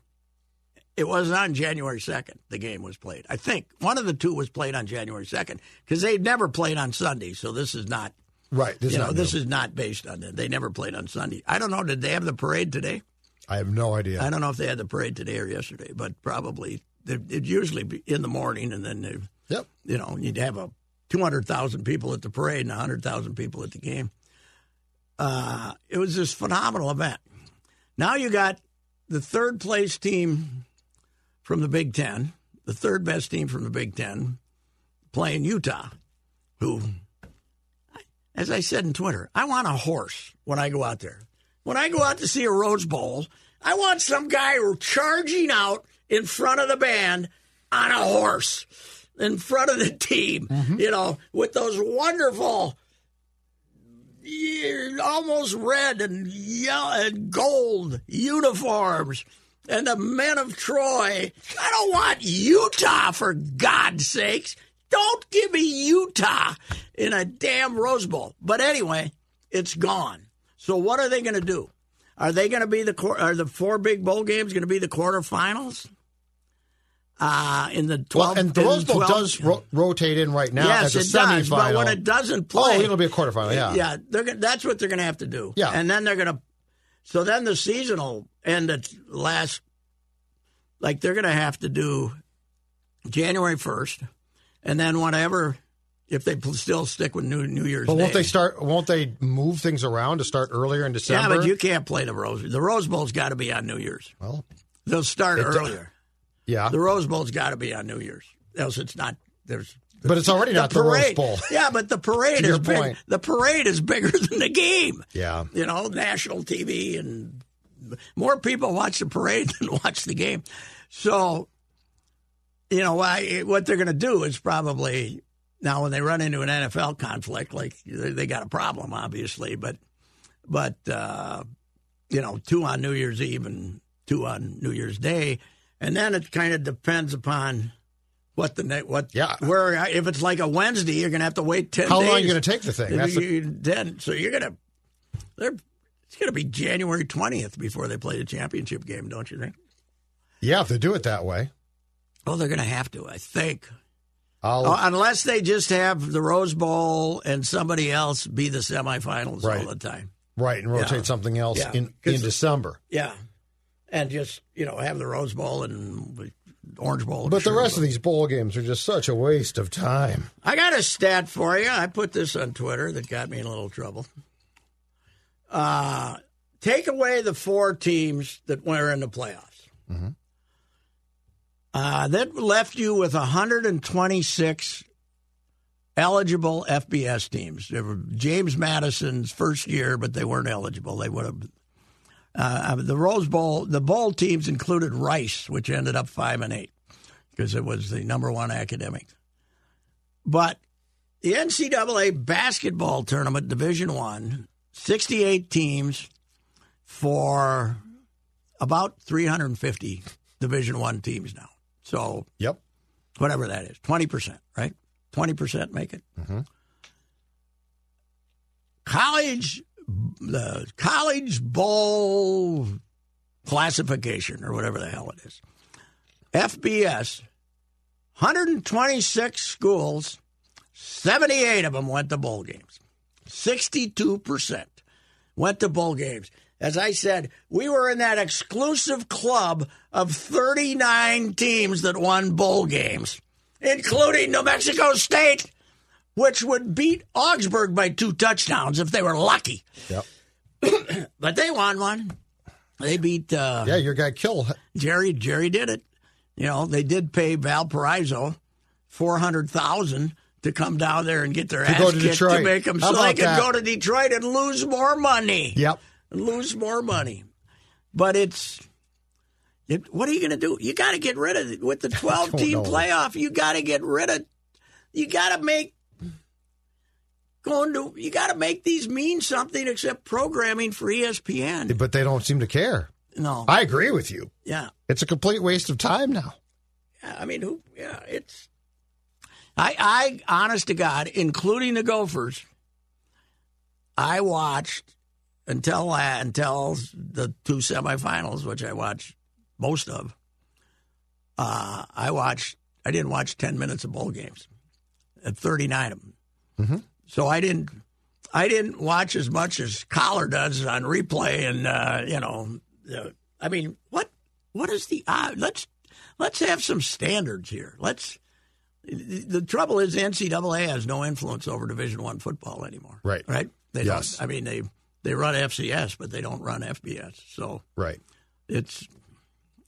[SPEAKER 2] it was on January 2nd the game was played. I think one of the two was played on January 2nd because they'd never played on Sunday. So this is not,
[SPEAKER 4] Right. This
[SPEAKER 2] you
[SPEAKER 4] is
[SPEAKER 2] know,
[SPEAKER 4] not
[SPEAKER 2] this
[SPEAKER 4] new.
[SPEAKER 2] is not based on that. They never played on Sunday. I don't know. Did they have the parade today?
[SPEAKER 4] I have no idea.
[SPEAKER 2] I don't know if they had the parade today or yesterday, but probably they- it'd usually be in the morning and then they
[SPEAKER 4] Yep.
[SPEAKER 2] you know, you'd have a 200,000 people at the parade and 100,000 people at the game. Uh, it was this phenomenal event. Now you got the third place team from the Big Ten, the third best team from the Big Ten, playing Utah, who, as I said in Twitter, I want a horse when I go out there. When I go out to see a Rose Bowl, I want some guy charging out in front of the band on a horse in front of the team, you know, with those wonderful, yeah, almost red and yellow and gold uniforms. And the men of Troy, I don't want Utah for God's sakes. Don't give me Utah in a damn Rose Bowl. But anyway, it's gone. So what are they going to do? Are they going to be the quar- are the four big bowl games going to be the quarterfinals? Uh, in the
[SPEAKER 4] Well,
[SPEAKER 2] twelve
[SPEAKER 4] and the Rose Bowl
[SPEAKER 2] 12
[SPEAKER 4] does ro- rotate in right now
[SPEAKER 2] yes,
[SPEAKER 4] as
[SPEAKER 2] it
[SPEAKER 4] a semifinal.
[SPEAKER 2] does. But when it doesn't play,
[SPEAKER 4] oh, it'll be a quarterfinal. Yeah.
[SPEAKER 2] yeah. They're gonna, that's what they're going to have to do.
[SPEAKER 4] Yeah.
[SPEAKER 2] and then they're going to. So then the seasonal and the last, like they're going to have to do January first, and then whatever, if they pl- still stick with New New Year's.
[SPEAKER 4] But won't
[SPEAKER 2] Day.
[SPEAKER 4] they start? Won't they move things around to start earlier in
[SPEAKER 2] Yeah,
[SPEAKER 4] December?
[SPEAKER 2] but you can't play the Rose. The Rose Bowl's got to be on New Year's.
[SPEAKER 4] Well,
[SPEAKER 2] They'll start
[SPEAKER 4] It-
[SPEAKER 2] earlier.
[SPEAKER 4] yeah.
[SPEAKER 2] The Rose Bowl's got to be on New Year's, else it's not. There's
[SPEAKER 4] But it's already not the Rose
[SPEAKER 2] parade.
[SPEAKER 4] Bowl.
[SPEAKER 2] Yeah, but the parade
[SPEAKER 4] To your
[SPEAKER 2] is big,
[SPEAKER 4] point.
[SPEAKER 2] the parade is bigger than the game.
[SPEAKER 4] Yeah.
[SPEAKER 2] You know, national TV and more people watch the parade than watch the game. So, you know, I, what they're going to do is probably now when they run into an NFL conflict, like they, they got a problem, obviously. But, but uh, you know, two on New Year's Eve and two on New Year's Day, and then it kind of depends upon. What the ne- what
[SPEAKER 4] Yeah.
[SPEAKER 2] where if it's like a Wednesday you're gonna have to wait ten
[SPEAKER 4] How
[SPEAKER 2] days.
[SPEAKER 4] long are you going to take the thing? That's the,
[SPEAKER 2] You- then so you're gonna they're it's gonna be January twentieth before they play the championship game, don't you think?
[SPEAKER 4] yeah, if they do it that way,
[SPEAKER 2] Well, Oh, they're gonna have to, I think,
[SPEAKER 4] I'll,
[SPEAKER 2] Oh, unless they just have the Rose Bowl and somebody else be the semifinals
[SPEAKER 4] Right.
[SPEAKER 2] all the time.
[SPEAKER 4] right and rotate
[SPEAKER 2] yeah.
[SPEAKER 4] something else
[SPEAKER 2] Yeah.
[SPEAKER 4] in in
[SPEAKER 2] 'Cause-
[SPEAKER 4] December.
[SPEAKER 2] Yeah, and just you know have the Rose Bowl and Orange Bowl. I'm
[SPEAKER 4] But
[SPEAKER 2] sure,
[SPEAKER 4] the rest of these bowl games are just such a waste of time.
[SPEAKER 2] I got a stat for you. I put this on Twitter that got me in a little trouble. Uh, take away the four teams that were in the playoffs. Uh, that left you with 126 eligible FBS teams. There were James Madison's first year, but they weren't eligible. They would have. Uh, the Rose Bowl, the bowl teams included Rice, which ended up five and eight because it was the number one academic but the NCAA basketball tournament, Division One, 68 teams for about 350 Division One teams now. So
[SPEAKER 4] Yep.
[SPEAKER 2] whatever that is, 20%, right? 20% make it. College, the college bowl classification or whatever the hell it is. FBS, 126 schools, 78 of them went to bowl games. 62% went to bowl games. As I said, we were in that exclusive club of 39 teams that won bowl games, including New Mexico State, which would beat Augsburg by two touchdowns if they were lucky.
[SPEAKER 4] Yep.
[SPEAKER 2] But they won one. They beat uh,
[SPEAKER 4] Yeah, your guy Kill.
[SPEAKER 2] Jerry Jerry did it. You know, they did pay Valparaiso four hundred thousand to come down there and get their
[SPEAKER 4] To
[SPEAKER 2] ass
[SPEAKER 4] go to
[SPEAKER 2] kicked to
[SPEAKER 4] Detroit.
[SPEAKER 2] make them so
[SPEAKER 4] How
[SPEAKER 2] they
[SPEAKER 4] about
[SPEAKER 2] could
[SPEAKER 4] that?
[SPEAKER 2] go to Detroit and lose more money.
[SPEAKER 4] Yep.
[SPEAKER 2] Lose more money. But it's. It, what are you going to do? You got to get rid of it with the 12 team
[SPEAKER 4] know.
[SPEAKER 2] playoff. You got to get rid of. You got to make going to. You got to make these mean something except programming for E ESPN.
[SPEAKER 4] But they don't seem to care.
[SPEAKER 2] No,
[SPEAKER 4] I agree with you.
[SPEAKER 2] yeah.
[SPEAKER 4] It's a complete waste of time now.
[SPEAKER 2] Yeah, I mean, who? Yeah, it's. I, I, honest to God, including the Gophers, I watched until uh, until the two semifinals, which I watched most of. Uh, I watched. I didn't watch ten minutes of bowl games, at thirty nine of them. So I didn't. I didn't watch as much as Collar does on replay, and uh, you know, uh, I mean, what what is the uh, let's let's have some standards here. Let's the, the trouble is the NCAA has no influence over Division One football anymore.
[SPEAKER 4] Right.
[SPEAKER 2] Right. They
[SPEAKER 4] Yes.
[SPEAKER 2] Don't, I mean they they run FCS, but they don't run FBS. So
[SPEAKER 4] Right.
[SPEAKER 2] it's.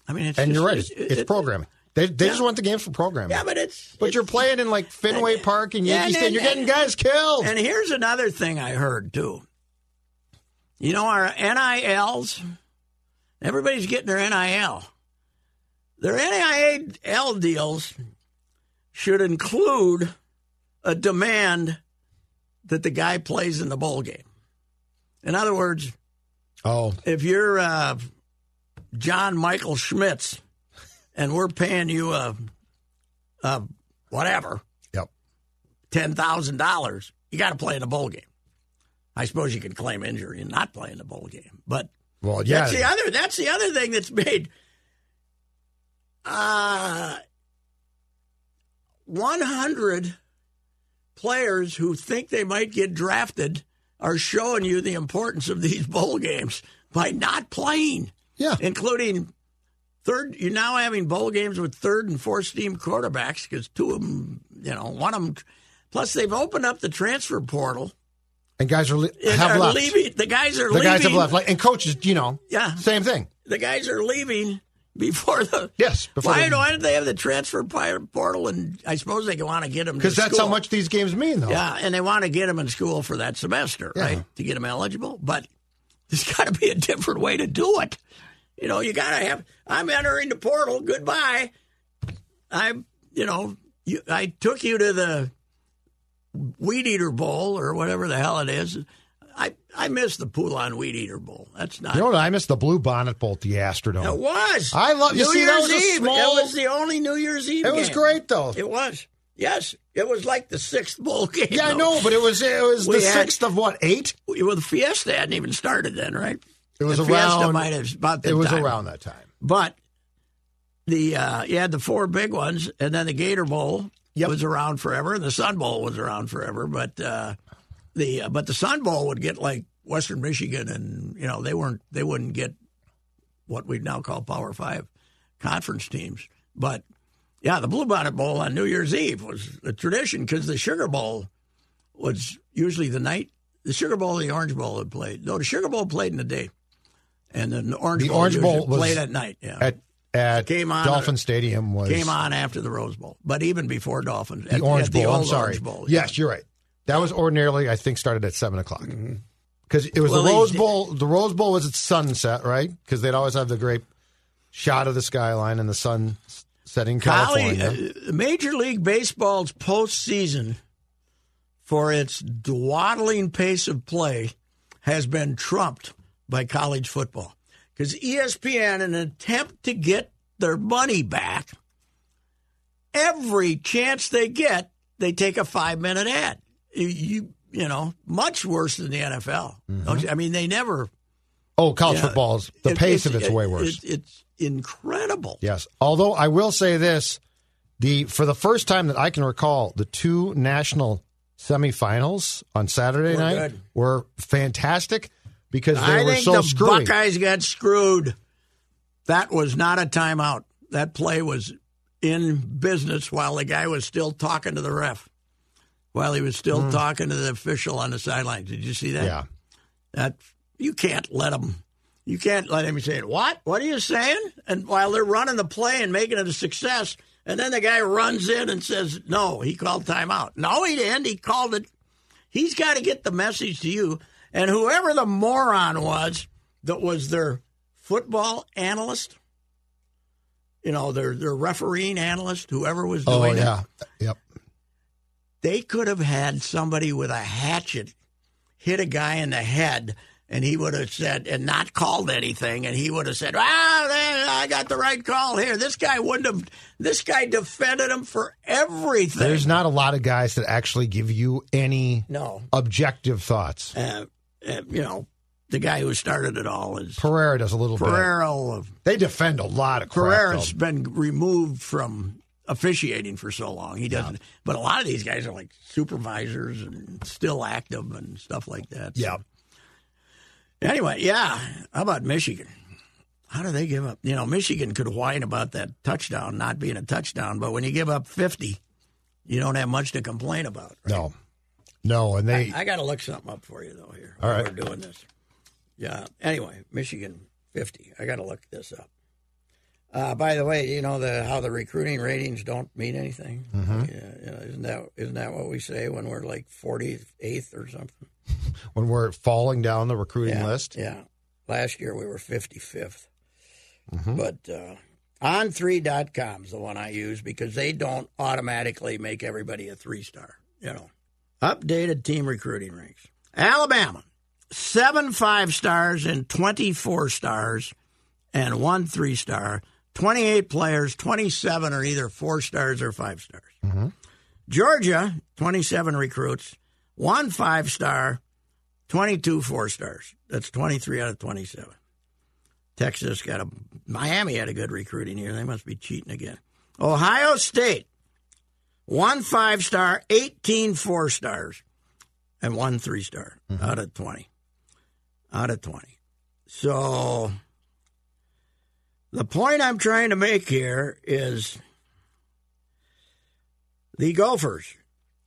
[SPEAKER 2] I mean, it's
[SPEAKER 4] And
[SPEAKER 2] just-
[SPEAKER 4] you're right. It's,
[SPEAKER 2] it-
[SPEAKER 4] it's
[SPEAKER 2] it-
[SPEAKER 4] programming. They, they just want the games for programming.
[SPEAKER 2] Yeah, but it's
[SPEAKER 4] But you're playing in like Fenway Park and
[SPEAKER 2] Yeah,
[SPEAKER 4] Yankee
[SPEAKER 2] and-
[SPEAKER 4] Stadium. You're getting guys killed.
[SPEAKER 2] And here's another thing I heard too. You know our NILs, everybody's getting their NIL. Their NIL deals should include a demand that the guy plays in the bowl game. In other words,
[SPEAKER 4] Oh,
[SPEAKER 2] if you're uh, John Michael Schmitz and we're paying you a, a whatever,
[SPEAKER 4] yep.
[SPEAKER 2] ten thousand dollars, you got to play in a bowl game. I suppose you can claim injury and not play in the bowl game, but
[SPEAKER 4] Well, yeah.
[SPEAKER 2] that's the other. That's the other thing that's made. Uh, one hundred players who think they might get drafted are showing you the importance of these bowl games by not playing
[SPEAKER 4] yeah.
[SPEAKER 2] including third. You're now having bowl games with third and fourth team quarterbacks because two of them, you know, one of them. Plus, they've opened up the transfer portal
[SPEAKER 4] And guys are, le-
[SPEAKER 2] and
[SPEAKER 4] have
[SPEAKER 2] are
[SPEAKER 4] left.
[SPEAKER 2] leaving. The guys are
[SPEAKER 4] The
[SPEAKER 2] leaving.
[SPEAKER 4] guys have left. Like, and coaches, you know,
[SPEAKER 2] Yeah.
[SPEAKER 4] same thing.
[SPEAKER 2] The guys are leaving before the.
[SPEAKER 4] Yes. before
[SPEAKER 2] why,
[SPEAKER 4] they-
[SPEAKER 2] why did they have the transfer pi- portal? And I suppose they want to get them
[SPEAKER 4] Because that's how much these games mean, though.
[SPEAKER 2] Yeah, and they want to get them in school for that semester,
[SPEAKER 4] Yeah.
[SPEAKER 2] right? To get them eligible. But there's got to be a different way to do it. You know, you got to have. I'm entering the portal. Goodbye. I'm. You know, you, I took you to the weed eater bowl or whatever the hell it is. I I miss the Poulon weed eater bowl. That's not.
[SPEAKER 4] You know what? I missed the Blue Bonnet Bowl at the Astrodome.
[SPEAKER 2] it was.
[SPEAKER 4] I love-
[SPEAKER 2] New
[SPEAKER 4] you see, that
[SPEAKER 2] Year's
[SPEAKER 4] was a
[SPEAKER 2] Eve.
[SPEAKER 4] small-
[SPEAKER 2] It was the only New Year's Eve.
[SPEAKER 4] it was
[SPEAKER 2] game.
[SPEAKER 4] great, though.
[SPEAKER 2] It was. Yes, it was like the sixth bowl game.
[SPEAKER 4] yeah, I
[SPEAKER 2] though.
[SPEAKER 4] know, but it was it was
[SPEAKER 2] We
[SPEAKER 4] the
[SPEAKER 2] had-
[SPEAKER 4] sixth of what eight?
[SPEAKER 2] Well, the Fiesta hadn't even started then, right?
[SPEAKER 4] It was
[SPEAKER 2] the Fiesta
[SPEAKER 4] around.
[SPEAKER 2] might have about that
[SPEAKER 4] it was
[SPEAKER 2] time.
[SPEAKER 4] around that time.
[SPEAKER 2] but the uh, you had the four big ones, and then the Gator Bowl
[SPEAKER 4] Yep.
[SPEAKER 2] was around forever, and the Sun Bowl was around forever. But uh, the uh, but the Sun Bowl would get like Western Michigan, and you know they weren't they wouldn't get what we now call Power Five conference teams, but yeah, the Bluebonnet Bowl on New Year's Eve was a tradition because the Sugar Bowl was usually the night. The Sugar Bowl, and the Orange Bowl had played. No, the Sugar Bowl played in the day, and then the Orange
[SPEAKER 4] The
[SPEAKER 2] Bowl
[SPEAKER 4] Orange
[SPEAKER 2] usually
[SPEAKER 4] Bowl was
[SPEAKER 2] played at night. Yeah,
[SPEAKER 4] At at
[SPEAKER 2] Came on-
[SPEAKER 4] Dolphin Stadium was
[SPEAKER 2] came on after the Rose Bowl, but even before Dolphins,
[SPEAKER 4] the
[SPEAKER 2] at,
[SPEAKER 4] Orange
[SPEAKER 2] at
[SPEAKER 4] Bowl.
[SPEAKER 2] The old
[SPEAKER 4] I'm sorry.
[SPEAKER 2] Orange Bowl. yeah.
[SPEAKER 4] Yes, you're right. That was ordinarily, I think, started at seven o'clock. Because it was
[SPEAKER 2] Mm-hmm. Well,
[SPEAKER 4] the
[SPEAKER 2] they
[SPEAKER 4] Rose
[SPEAKER 2] did-
[SPEAKER 4] Bowl. The Rose Bowl was at sunset, right? Because they'd always have the great shot of the skyline and the sun s- setting
[SPEAKER 2] Golly,
[SPEAKER 4] California.
[SPEAKER 2] uh, Major League Baseball's postseason, for its dwaddling pace of play, has been trumped by college football. E Because ESPN, in an attempt to get their money back, every chance they get, they take a five minute ad. You, you, you know, much worse than the NFL.
[SPEAKER 4] Mm-hmm.
[SPEAKER 2] Don't you- I mean, they never.
[SPEAKER 4] oh, college
[SPEAKER 2] yeah,
[SPEAKER 4] football's the
[SPEAKER 2] it-
[SPEAKER 4] pace of it's way worse.
[SPEAKER 2] it- it's incredible.
[SPEAKER 4] Yes. Although I will say this, the for the first time that I can recall, the two national semifinals on Saturday
[SPEAKER 2] Were
[SPEAKER 4] night
[SPEAKER 2] good.
[SPEAKER 4] were fantastic because they
[SPEAKER 2] I
[SPEAKER 4] were
[SPEAKER 2] think
[SPEAKER 4] so
[SPEAKER 2] the
[SPEAKER 4] screwy.
[SPEAKER 2] Buckeyes got screwed. That was not a timeout. That play was in business while the guy was still talking to the ref, while he was still talking to the official on the sideline. Did you see that?
[SPEAKER 4] Mm. Yeah.
[SPEAKER 2] That you can't let them. You can't let him say it. What? What are you saying? And while they're running the play and making it a success, And then the guy runs in and says, "No, he called timeout." No, he didn't. He called it. He's got to get the message to you. And whoever the moron was that was their football analyst, you know, their their refereeing analyst, whoever was doing
[SPEAKER 4] Oh
[SPEAKER 2] it,
[SPEAKER 4] yeah, yep.
[SPEAKER 2] they could have had somebody with a hatchet hit a guy in the head and he would have said and not called anything and he would have said ah there, i got the right call here this guy wouldn't have this guy defended him for everything
[SPEAKER 4] There's not a lot of guys that actually give you any
[SPEAKER 2] no
[SPEAKER 4] objective thoughts.
[SPEAKER 2] uh, uh, you know the guy who started it all is
[SPEAKER 4] Pereira does a little
[SPEAKER 2] Pereira.
[SPEAKER 4] bit. They defend a lot of crap,
[SPEAKER 2] Pereira's
[SPEAKER 4] though.
[SPEAKER 2] been removed from officiating for so long he doesn't but a lot of these guys are like supervisors and still active and stuff like that
[SPEAKER 4] Yeah,
[SPEAKER 2] Anyway, yeah. How about Michigan? How do they give up? You know, Michigan could whine about that touchdown not being a touchdown, but when you give up 50, you don't have much to complain about. right?
[SPEAKER 4] no, no, and they
[SPEAKER 2] I got to look something up for you, though, here.
[SPEAKER 4] All
[SPEAKER 2] while
[SPEAKER 4] right.
[SPEAKER 2] We're doing this. Yeah. Anyway, Michigan 50. I got to look this up. Uh, by the way, you know the how the recruiting ratings don't mean anything.
[SPEAKER 4] Mm-hmm.
[SPEAKER 2] Yeah, yeah, isn't that isn't that what we say when we're like forty eighth or something?
[SPEAKER 4] when we're falling down the recruiting
[SPEAKER 2] yeah,
[SPEAKER 4] list.
[SPEAKER 2] Yeah. Last year we were 55th. But uh, on3.com is the one I use because they don't automatically make everybody a three star. You know, updated team recruiting ranks. Alabama, seven five stars and 24 stars and one three star. 28 players, 27 are either four stars or five stars. Georgia, 27 recruits, one five star, 22 four stars. That's 23 out of 27. Texas got a Miami had a good recruiting year. They must be cheating again. Ohio State, one five star, 18 four stars, and one three star out of 20. Out of 20. So the point I'm trying to make here is the Gophers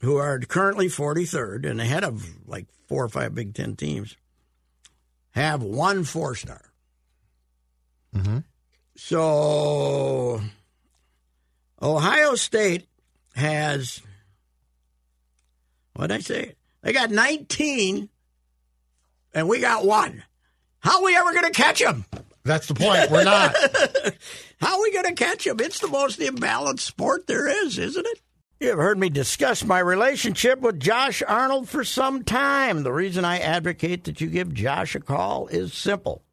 [SPEAKER 2] who are currently 43rd and ahead of like four or five Big Ten teams, have one four star. So Ohio State has, what did I say? They got 19 and we got one. How are we ever going to catch them?
[SPEAKER 4] That's the point. We're not.
[SPEAKER 2] How are we going to catch him? It's the most imbalanced sport there is, isn't it? You have heard me discuss my relationship with Josh Arnold for some time. The reason I advocate that you give Josh a call is simple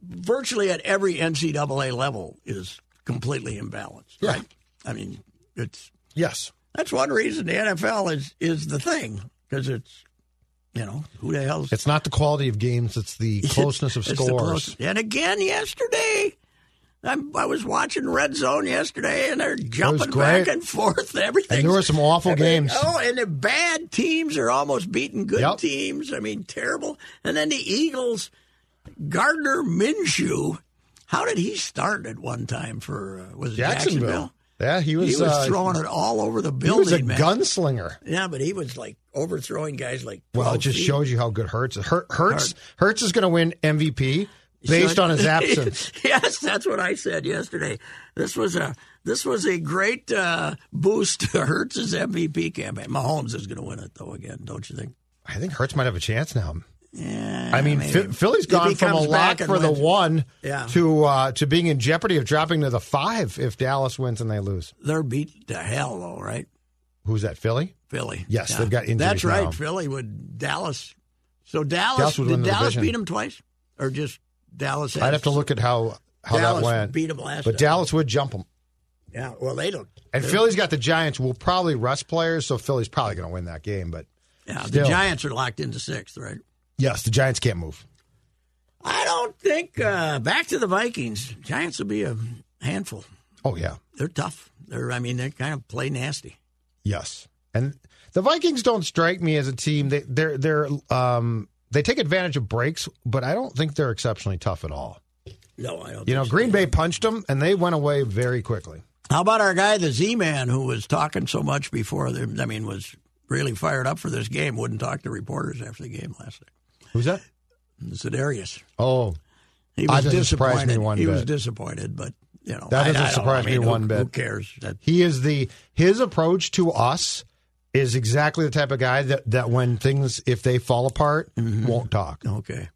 [SPEAKER 2] Virtually at every NCAA level is completely imbalanced.
[SPEAKER 4] Yeah.
[SPEAKER 2] Right? I mean, it's
[SPEAKER 4] yes,
[SPEAKER 2] that's one reason the NFL is is the thing because it's you know who the hell's
[SPEAKER 4] it's not the quality of games; it's the closeness of
[SPEAKER 2] it's the
[SPEAKER 4] scores.
[SPEAKER 2] closest. And again, yesterday. I'm, I was watching Red Zone yesterday, and they're jumping
[SPEAKER 4] great.
[SPEAKER 2] back and forth. Everything.
[SPEAKER 4] And there were some awful games.
[SPEAKER 2] Oh, and the bad teams are almost beating good
[SPEAKER 4] Yep.
[SPEAKER 2] teams. I mean, terrible. And then the Eagles, Gardner Minshew. How did he start at one time for uh, was it Jacksonville?
[SPEAKER 4] Yeah, he was.
[SPEAKER 2] He was
[SPEAKER 4] uh,
[SPEAKER 2] throwing it all over the
[SPEAKER 4] he
[SPEAKER 2] building.
[SPEAKER 4] was a
[SPEAKER 2] man.
[SPEAKER 4] gunslinger.
[SPEAKER 2] Yeah, but he was like overthrowing guys like.
[SPEAKER 4] Well,
[SPEAKER 2] 12
[SPEAKER 4] it just
[SPEAKER 2] feet.
[SPEAKER 4] shows you how good Hertz. Her, Hertz
[SPEAKER 2] Hurt.
[SPEAKER 4] Hertz is going to win MVP based
[SPEAKER 2] Should-
[SPEAKER 4] on his absence.
[SPEAKER 2] yes, that's what I said yesterday. This was a this was a great uh, boost to Hertz's MVP campaign. Mahomes is going to win it though again, don't you think?
[SPEAKER 4] I think Hertz might have a chance now.
[SPEAKER 2] Yeah,
[SPEAKER 4] I mean, Phi-
[SPEAKER 2] maybe.
[SPEAKER 4] Philly's
[SPEAKER 2] If
[SPEAKER 4] gone
[SPEAKER 2] he
[SPEAKER 4] from a
[SPEAKER 2] comes
[SPEAKER 4] lock
[SPEAKER 2] back and
[SPEAKER 4] for the
[SPEAKER 2] wins-
[SPEAKER 4] one
[SPEAKER 2] Yeah.
[SPEAKER 4] to uh, to being in jeopardy of dropping to the five if Dallas wins and they lose.
[SPEAKER 2] They're beat to hell though, right?
[SPEAKER 4] Who's that? Philly.
[SPEAKER 2] Philly.
[SPEAKER 4] Yes, they've got injuries
[SPEAKER 2] That's right.
[SPEAKER 4] now.
[SPEAKER 2] Philly would Dallas. So Dallas,
[SPEAKER 4] Dallas would win
[SPEAKER 2] did
[SPEAKER 4] the
[SPEAKER 2] Dallas
[SPEAKER 4] division.
[SPEAKER 2] beat them twice, or just Dallas?
[SPEAKER 4] I'd have to look at how how
[SPEAKER 2] Dallas
[SPEAKER 4] that went.
[SPEAKER 2] beat 'em last
[SPEAKER 4] but
[SPEAKER 2] time.
[SPEAKER 4] Dallas would jump them.
[SPEAKER 2] Yeah. Well, they don't.
[SPEAKER 4] And Philly's got the Giants. Will probably rest players, so Philly's probably going to win that game. But
[SPEAKER 2] Yeah, the
[SPEAKER 4] Still.
[SPEAKER 2] Giants are locked into sixth, right?
[SPEAKER 4] yes, the Giants can't move.
[SPEAKER 2] I don't think. Uh, back to the Vikings. Giants will be a handful.
[SPEAKER 4] Oh yeah,
[SPEAKER 2] They're tough. They're. I mean, they kind of play nasty.
[SPEAKER 4] yes. And the Vikings don't strike me as a team. They they're they're um they take advantage of breaks, but I don't think they're exceptionally tough at all.
[SPEAKER 2] No, I don't.
[SPEAKER 4] You know,
[SPEAKER 2] think so.
[SPEAKER 4] Green Bay punched them, and they went away very quickly.
[SPEAKER 2] How about our guy, the Z Man, who was talking so much before? The, I mean, was really fired up for this game. Wouldn't talk to reporters after the game last night.
[SPEAKER 4] Who's that?
[SPEAKER 2] Zedarius.
[SPEAKER 4] Oh,
[SPEAKER 2] He
[SPEAKER 4] That
[SPEAKER 2] was
[SPEAKER 4] doesn't surprise me
[SPEAKER 2] disappointed.
[SPEAKER 4] one
[SPEAKER 2] he was
[SPEAKER 4] bit.
[SPEAKER 2] disappointed, but you know I-
[SPEAKER 4] That doesn't
[SPEAKER 2] I don't-
[SPEAKER 4] surprise
[SPEAKER 2] I mean,
[SPEAKER 4] me
[SPEAKER 2] who-
[SPEAKER 4] one bit.
[SPEAKER 2] Who cares? That,
[SPEAKER 4] He is the his approach to us is exactly the type of guy that that when things if they fall apart won't talk.
[SPEAKER 2] okay.